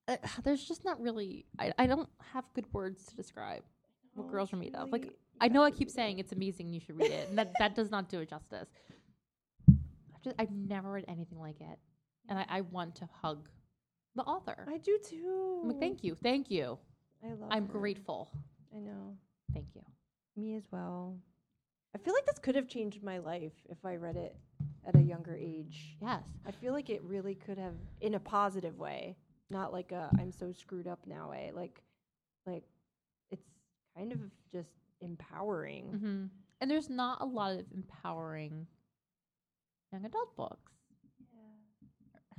uh, there's just not really. I, I don't have good words to describe what
No,
girls
she
are made of. Like
really-
I know I keep saying it's amazing. You should read it, and that that does not do it justice. I've just I've never read anything like it, and I, I want to hug the author.
I do too.
I'm like, thank you, thank you.
I love
I'm
her.
grateful.
I know.
Thank you.
Me as well. I feel like this could have changed my life if I read it at a younger age.
Yes.
I feel like it really could have in a positive way, not like a I'm so screwed up now way. Like like it's kind of just empowering.
hmm And there's not a lot of empowering young adult books.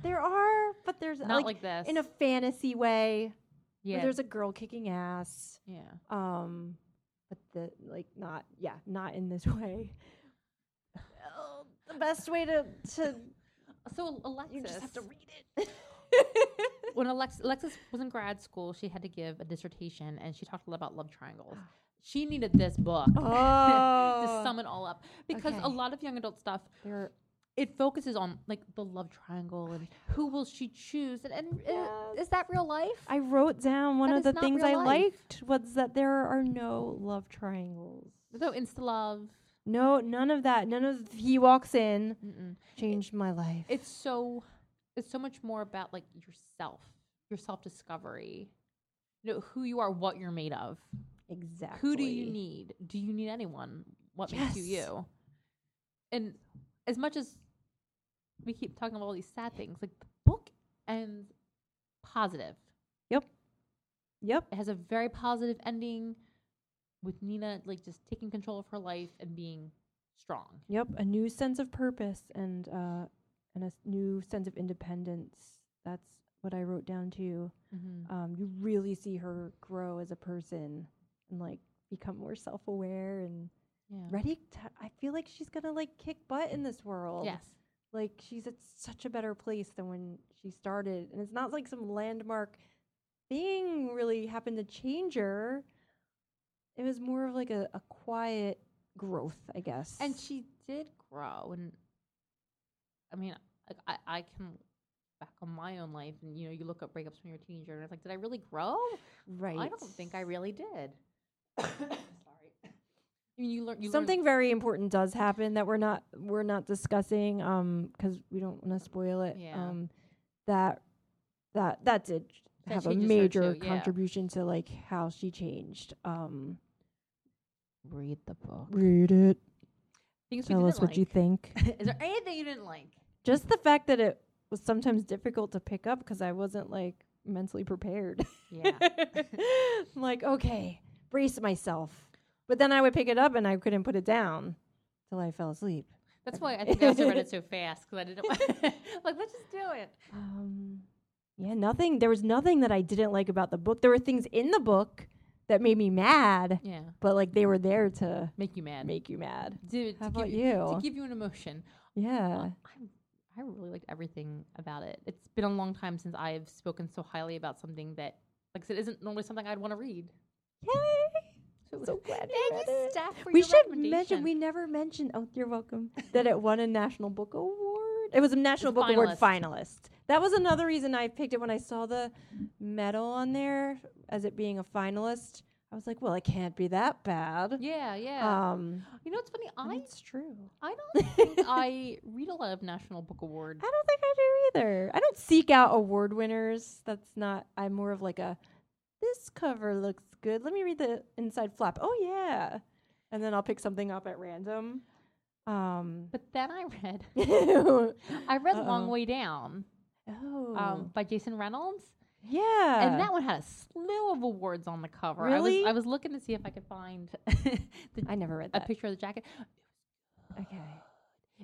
There are, but there's
Not like, this.
in a fantasy way. Where
yeah,
there's a girl kicking ass.
yeah.
Um but the like not yeah, not in this way. Oh, the best way to to
So Alexis,
you just have to read it.
when Alexis, Alexis was in grad school, she had to give a dissertation, and she talked a lot about love triangles. She needed this book to
Ah. Oh.
sum it all up because
Okay.
a lot of young adult stuff
There-
it focuses on like the love triangle and who will she choose and, and uh,
Yes.
is that real life?
I wrote down one
That
of
is
the
not
things
real
I
life.
liked was that there are no love triangles.
no insta love.
No, none of that. None of he walks in
Mm-mm.
changed my life.
It's so it's so much more about like yourself, your self discovery. You know who you are, what you're made of.
exactly
Who do you need? Do you need anyone? What makes you
Yes.
you? And as much as we keep talking about all these sad things, like the book ends positive.
Yep.
It has a very positive ending with Nina like just taking control of her life and being strong.
Yep. A new sense of purpose and uh and a s- new sense of independence. That's what I wrote down too.
Mm-hmm. Uh,
Um, you really see her grow as a person and like become more self aware and
Yeah.
ready to I feel like she's gonna like kick butt in this world.
Yes.
like she's at such a better place than when she started and it's not like some landmark thing really happened to change her it was more of like a, a quiet growth i guess
And she did grow, and I mean, like I, I can look back on my own life, and you know, you look at breakups when you're a teenager, and it's like, did I really grow?
right
I don't think I really did. Sorry. I mean, you learn you learn-
something very important does happen that we're not we're not discussing um because we don't want to spoil it
Yeah.
um that that that did
That
have a
changes her
major
too, yeah.
contribution to like how she changed um
read the book.
read it
Things
tell
you
us
didn't
what you
like.
think
Is there anything you didn't like?
just the fact that it was sometimes difficult to pick up because I wasn't like mentally prepared.
Yeah.
I'm like, okay, brace myself. But then I would pick it up and I couldn't put it down till I fell asleep.
That's why I think I also read it so fast because I didn't like. Let's just do it.
Um, yeah, nothing. There was nothing that I didn't like about the book. There were things in the book that made me mad,
Yeah,
but like they were there to
make you mad.
make you mad.
to,
How
to
about
give you, to
you?
give you an emotion.
Yeah.
I, I really liked everything about it. It's been a long time since I've spoken so highly about something that, like I said, isn't normally something I'd want to read.
Yay! So glad you
Thank
read
you,
it.
Steph, for
we
your
should mention
recommendation.
we never mentioned. Oh, you're welcome. that it won a National Book Award. It was a National
a
Book Award finalist. That was another reason I picked it when I saw the medal on there as it being a finalist. I was like, well, it can't be that bad.
Yeah, yeah.
Um,
you know, it's funny.
and
I
it's true.
I don't think I read a lot of National Book Award.
I don't think I do either. I don't seek out award winners. That's not. I'm more of like a. This cover looks good. Let me read the inside flap. Oh yeah, and then I'll pick something up at random. Um.
But then I read
oh.
I read Long
Uh-oh.
Way Down um, by Jason Reynolds,
yeah.
and that one had a slew of awards on the cover.
Really?
I was I was looking to see if I could find the,
I never read
a
that.
picture of the jacket.
okay.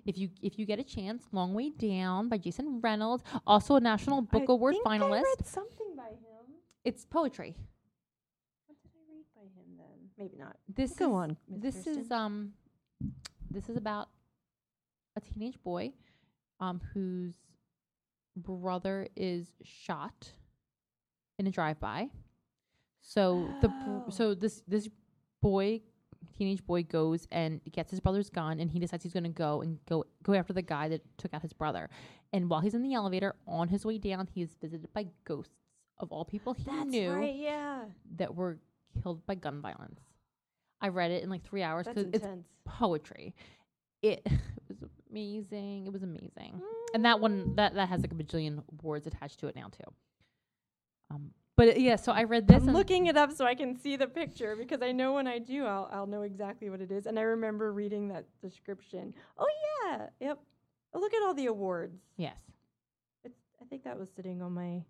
If you if you get a chance, Long Way Down by Jason Reynolds, also a National Book
I
Award
think I
finalist.
read something by him.
It's poetry.
What did I read by him then? Maybe not.
This
Go
is,
on, Miss
This is
Kirsten.
um, this is about a teenage boy, um, whose brother is shot in a drive-by. So the
Oh.
br- so this this boy, teenage boy, goes and gets his brother's gun, and he decides he's going to go and go go after the guy that took out his brother. And while he's in the elevator on his way down, he is visited by ghosts of all people he
That's
knew
right. Yeah.
that were killed by gun violence. I read it in like three hours
That's
because it's
intense.
poetry. It was amazing. It was amazing. And that one that that has like a bajillion awards attached to it now too. Um, but it- yeah, so I read this.
I'm
and-
looking it up so I can see the picture because I know when I do, I'll, I'll know exactly what it is. And I remember reading that description. Oh, yeah. Yep. Oh, look at all the awards.
yes.
It's, I think that was sitting on my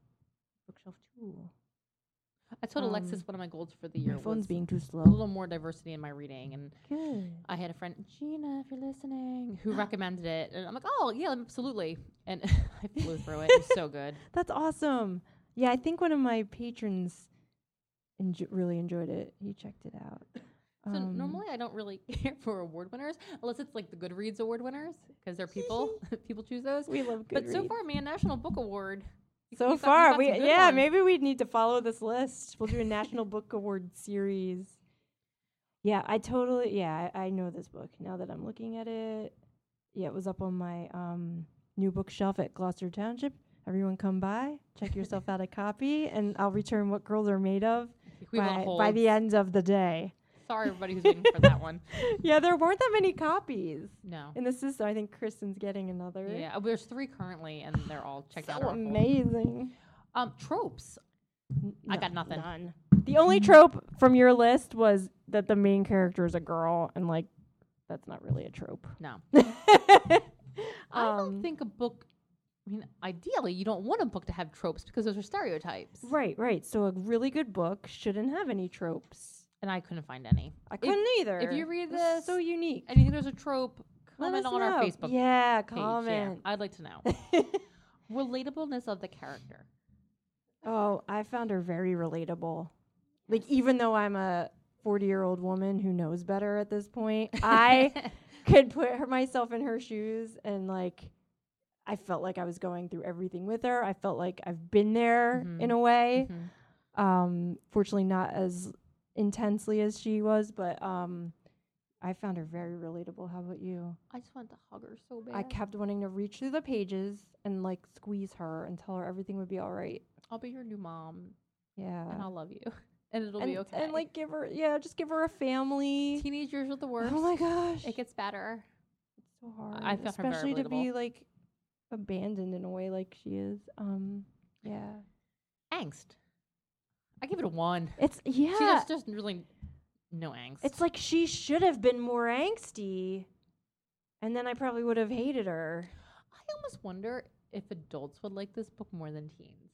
bookshelf too.
I told Alexis
Um,
one of my goals for the year
Your phone's
was
being too
a
slow.
little more diversity in my reading. And
Good.
I had a friend, Gina, if you're listening, who recommended it. And I'm like, oh, yeah, absolutely. And I flew through it. It was so good.
That's awesome. Yeah, I think one of my patrons enjo- really enjoyed it. He checked it out.
So
Um,
normally I don't really care for award winners unless it's like the Goodreads award winners because they're people. people choose those.
Um, we love
But
Goodreads.
so far, man, National Book Award. we- we've got-
So
we've
far,
got
we
some good
yeah,
ones.
maybe we need to follow this list. We'll do a National Book Award series. Yeah, I totally yeah, I, I know this book now that I'm looking at it. Yeah, it was up on my um new bookshelf at Gloucester Township. Everyone come by, check yourself out a copy, and I'll return what girls are made of
We
by,
won't
by
hold.
the end of the day.
Sorry, everybody who's waiting for that one.
Yeah, there weren't that many copies
No.
in the system. I think Kristen's getting another.
Yeah, uh, there's three currently, and they're all checked out.
So
or full.
amazing.
Um, tropes. I got nothing.
The only trope from your list was that the main character is a girl, and like, that's not really a trope.
No, I
Um,
don't think a book. I mean, ideally, you don't want a book to have tropes because those are stereotypes,
Right, right. So a really good book shouldn't have any tropes.
and I couldn't find any.
I couldn't either.
if you read
This is so
this,
unique.
And you think there's a trope?
Let
Comment
us
on our
know.
Facebook
Yeah,
page. yeah.
comment.
I'd like to know relatableness of the character.
oh, I found her very relatable. Like, even though I'm a 40 year old woman who knows better at this point, I could put her, myself in her shoes and like I felt like I was going through everything with her. I felt like I've been there
Mhm.
in a way.
Mhm.
Um fortunately not as intensely as she was, but um I found her very relatable. How about you?
I just wanted to hug her so bad.
I kept wanting to reach through the pages and like squeeze her and tell her everything would be all right.
I'll be your new mom,
Yeah.
and I'll love you, and it'll
and,
be okay.
and, like give her yeah, just give her a family.
teenage years are the worst.
Oh my gosh.
It gets better.
so hard.
I found her very
especially to be
relatable.
like abandoned in a way like she is. Um, yeah,
Angst. I give it a one.
it's yeah.
She just just really no angst.
it's like she should have been more angsty, and then I probably would have hated her.
I almost wonder if adults would like this book more than teens,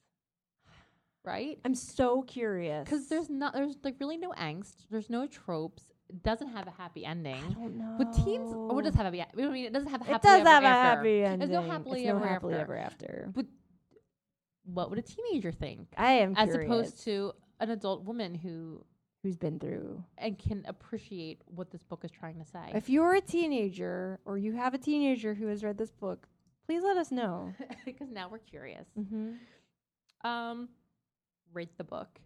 right?
I'm so curious
Because there's not there's like really no angst. There's no tropes. It doesn't have a happy ending.
I don't know
With teens, or it does have a happy. I mean, it doesn't have a happy.
it does
ever
have a
after.
happy ending.
There's no happily
It's no
ever
happily
after.
ever after.
But what would a teenager think,
I am
as
curious
opposed to an adult woman who
who's been through.
and can appreciate what this book is trying to say?
If you're a teenager or you have a teenager who has read this book, please let us know.
Because now we're curious.
mm-hmm.
Um, rate the book.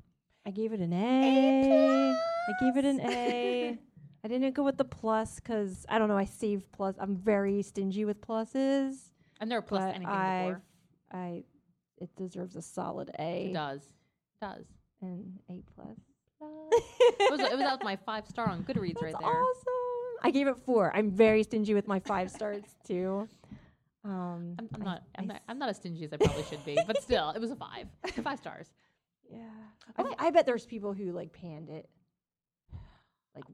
I gave it an
A
A. I gave it an
plus.
A. I didn't go with the plus because I don't know. I saved plus. I'm very stingy with pluses.
And there are plus
but
anything
I,
before.
I, it deserves a solid A
It does. It does.
and A plus.
It was, it was out with my five star on Goodreads
That's
right there.
awesome. I gave it four. I'm very stingy with my five stars too. Um,
I'm, I'm
I-
not. I'm
I
not. I'm not as stingy as I probably should be, but still, it was a five. Five stars.
Yeah.
Okay.
I, I bet there's people who like panned it. Like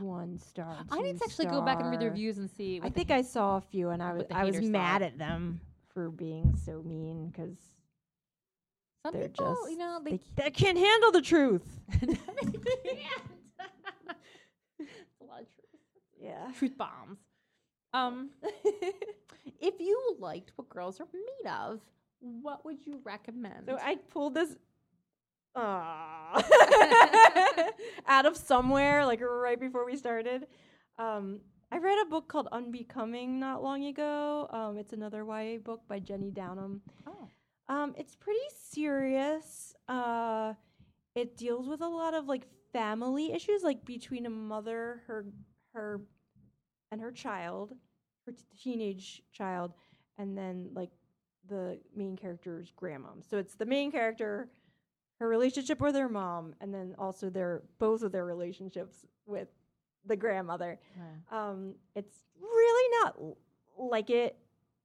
one star.
I need to actually go back and read the
review.
reviews and see.
I
What
think I saw a few, and I was
what the
I was
haters
mad
thought.
at them for being so mean because
some
they're
people,
just
you know,
they,
they,
they can't handle the truth.
can't. It's a lot of truth.
Yeah.
truth bombs. Um, if you liked what girls are made of, what would you recommend?
So I pulled this Aw. out of somewhere, like right before we started. Um, I read a book called Unbecoming not long ago. Um, it's another YA book by Jenny Downham.
oh,
Um, it's pretty serious. Uh, it deals with a lot of like family issues, like between a mother, her, her, and her child, her t- teenage child, and then like the main character's grandmom. So it's the main character, her relationship with her mom, and then also their both of their relationships with the grandmother.
yeah.
Um, it's really not l- eh, like it.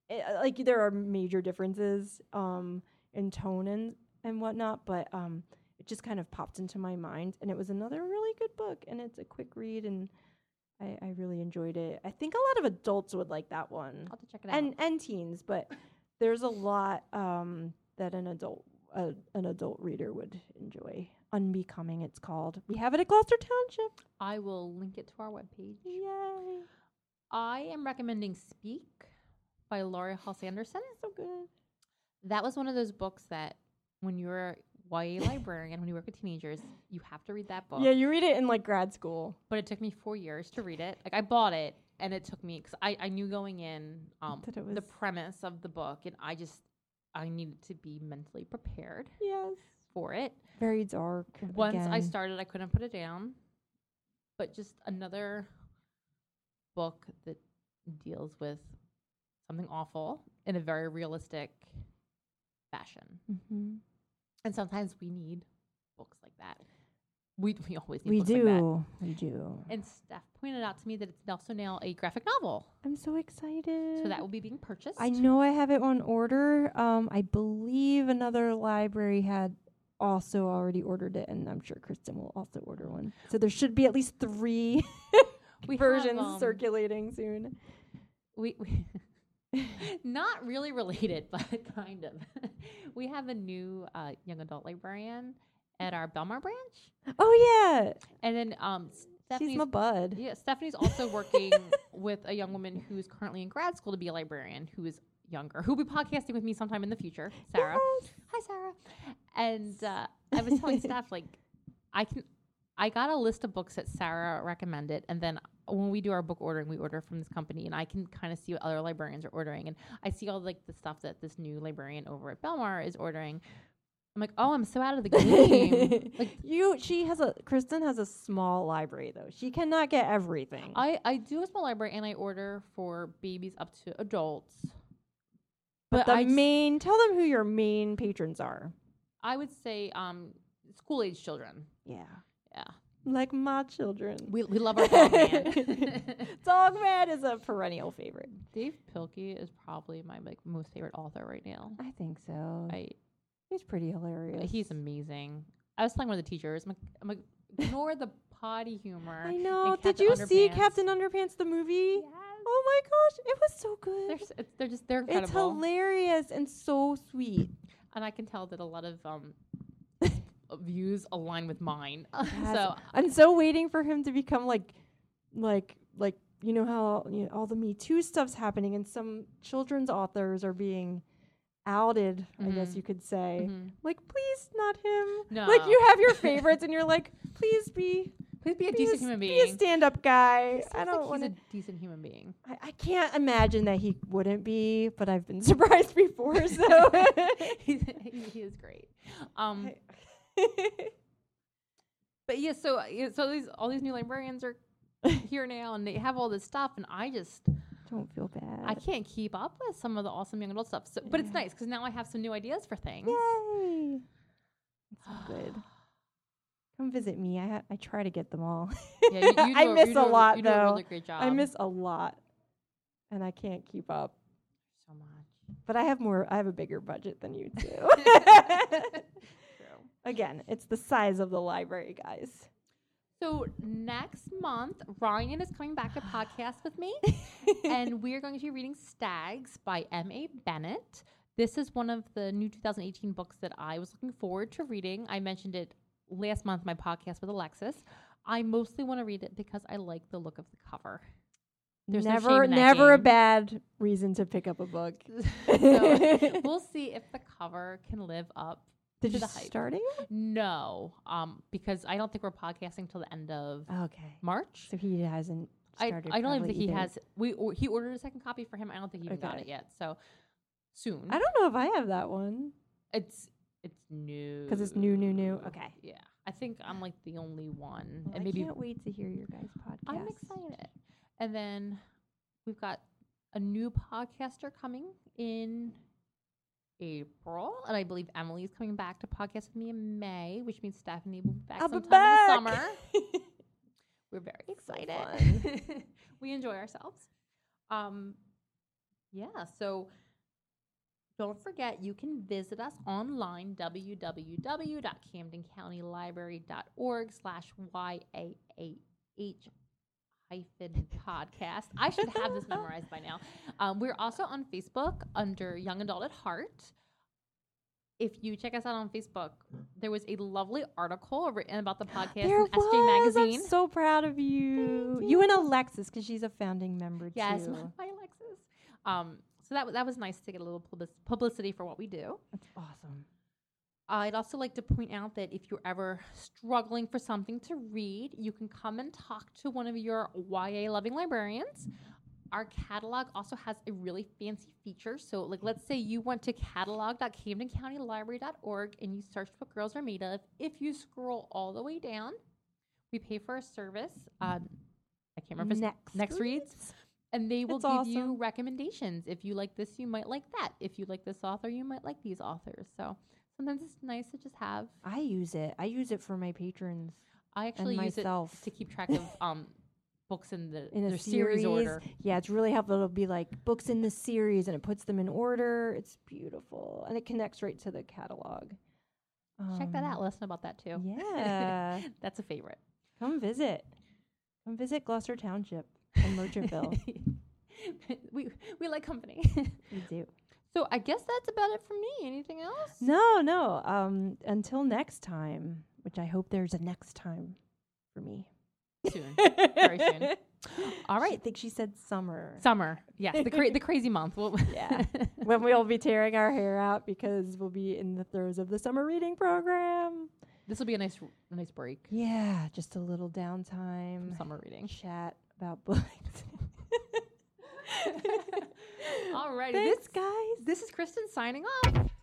it- uh, like there are major differences um, in tone and and whatnot, but um, it just kind of popped into my mind. And it was another really good book, and it's a quick read, and I, I really enjoyed it. I think a lot of adults would like that one
I'll have to check it out.
and and teens, but there's a lot um, that an adult uh, an adult reader would enjoy. Unbecoming, it's called. We have it at Gloucester Township.
I will link it to our webpage.
Yay!
I am recommending Speak by Laura House Anderson.
So good.
That was one of those books that when you're a YA librarian, when you work with teenagers, you have to read that book.
Yeah, you read it in like grad school.
But it took me four years to read it. Like I bought it and it took me because I, I knew going in um,
That it
the
was-
premise of the book and I just I needed to be mentally prepared
Yes.
for it.
Very dark.
Once I
again.
started, I couldn't put it down. But just another book that deals with something awful in a very realistic fashion.
Mhm.
And sometimes we need books like that. We we always need
We
books like that.
do. we do.
And Steph pointed out to me that it's also now a graphic novel.
I'm so excited.
So that will be being purchased.
I know I have it on order. Um, I believe another library had also already ordered it, and I'm sure Kristen will also order one. So there should be at least three
we have,
versions
um,
circulating soon.
We, we not really related, but kind of. we have a new uh, young adult librarian at our Belmar branch,
Oh yeah,
and then um,
she's
Stephanie's.
my bud.
yeah, Stephanie's also working with a young woman who's currently in grad school to be a librarian, who is younger, who'll be podcasting with me sometime in the future. Sarah,
Yes.
hi Sarah. And uh, I was telling Steph like I can I got a list of books that Sarah recommended and then when we do our book ordering we order from this company and I can kind of see what other librarians are ordering and I see all like the stuff that this new librarian over at Belmar is ordering. I'm like, "Oh, I'm so out of the game." Like-
you, she has a Kristen has a small library though. She cannot get everything.
I I do a small library and I order for babies up to adults.
but the
I just-
main, tell them who your main patrons are.
I would say um school-age children.
Yeah,
Yeah.
like my children.
We we love our dog man.
Dog Man is a perennial favorite.
Dave Pilkey is probably my like most favorite author right now.
I think so.
I
he's pretty hilarious.
he's amazing. I was telling one of the teachers, I'm like, I'm like ignore the potty humor.
I
in
know. Did
Captain
you see
Underpants."
Captain Underpants the movie?
Yes.
Oh my gosh, it was so
They're,
good.
s- it's- they're just they're
It's
incredible,
hilarious and so sweet.
and I can tell that a lot of um views align with mine.
Yes.
so
I'm so waiting for him to become like, like, like you know how you know, all the Me Too stuff's happening, and some children's authors are being outed. I guess
Mhm.
you could say.
mhm.
Like, please, not him.
no,
Like, you have your favorites, and you're like, please be,
please be a
be a,
decent
s-
human
be a
being.
stand-up
He
guy. I
seems
don't
like
want
he's
to
a decent human being.
I, I can't imagine that he wouldn't be, but I've been surprised before. So
He's, he, he is great. Um,
I-
But yeah, so uh, yeah, so these all these new librarians are here now, and they have all this stuff, and I just
don't feel bad.
I can't keep up with some of the awesome young adult stuff. So, but it's
Yeah.
nice because now I have some new ideas for things.
Yay! It's so good. Come visit me. I ha- I try to get them all.
Yeah, you, you
I
do
miss
you
a
do
lot,
you do A
though.
really great job.
I miss a lot, and I can't keep up.
so much.
But I have more. I have a bigger budget than you do.
True.
Again, it's the size of the library, guys.
So next month, Ryan is coming back to podcast with me, and we are going to be reading Stags by M. A. Bennett. This is one of the new 2018 books that I was looking forward to reading. I mentioned it last month in my podcast with Alexis. I mostly want to read it because I like the look of the cover. There's no shame
never,
in that
never a
game.
bad reason to pick up a book.
So we'll see if the cover can live up.
Did
to
you
the hype.
start it?
No, um, because I don't think we're podcasting till the end of
Okay.
March.
So he hasn't
I,
started.
I don't even
probably
think he
either.
has. We or, he ordered a second copy for him. I don't think he even got
Okay.
it yet. So soon.
I don't know if I have that one.
it's it's new
Because it's new, new, new. Okay.
Yeah, I think I'm like the only one,
Well,
and maybe
I can't wait to hear your guys' podcast.
I'm excited. And then we've got a new podcaster coming in April, and I believe Emily's coming back to podcast with me in May, which means Stephanie will be back
I'll be
sometime in the
back.
summer. We're very
So
excited. we enjoy ourselves. Um, yeah, so Don't forget, you can visit us online, www.camdencountylibrary.org slash YAAH hyphen podcast. I should have this memorized by now. Um, we're also on Facebook under Young Adult at Heart. If you check us out on Facebook, there was a lovely article written about the podcast
There
in SJ
was.
Magazine.
I'm so proud of you.
Thank
You and Alexis, because she's a founding member
Yes,
too.
my Alexis. Um, so that, wa- that was nice to get a little publis- publicity for what we do.
That's awesome.
I'd also like to point out that if you're ever struggling for something to read, you can come and talk to one of your YA loving librarians. Our catalog also has a really fancy feature. So, like, let's say you went to catalog.camdencountylibrary.org and you searched what girls are made of. If you scroll all the way down, we pay for a service. Um, I can't remember. if it's
Next.
next reads and they will
It's
give
awesome.
you recommendations. If you like this, you might like that. If you like this author, you might like these authors. So sometimes it's nice to just have.
I use it. I use it for my patrons
I
and
actually use it
myself.
to keep track of um, books in the
in a
their series order.
Yeah, it's really helpful. It'll be like books in the series, and it puts them in order. It's beautiful, and it connects right to the catalog.
Check that
Um,
out. Let us know about that too.
Yeah,
That's a favorite.
come visit. Come visit Gloucester Township and Merchantville.
we we like company.
we do.
so I guess that's about it for me. Anything else?
No, no. Um, until next time, which I hope there's a next time for me.
Soon. Very soon. All
I
right.
think she said summer.
Summer. Yes. The cra- the crazy month. We'll
Yeah. when we'll be tearing our hair out because we'll be in the throes of the summer reading program.
this will be a nice a nice break.
Yeah, just a little
from
downtime.
Summer reading.
Chat about books.
All right.
Thanks,
This,
guys.
this is Kristen signing off.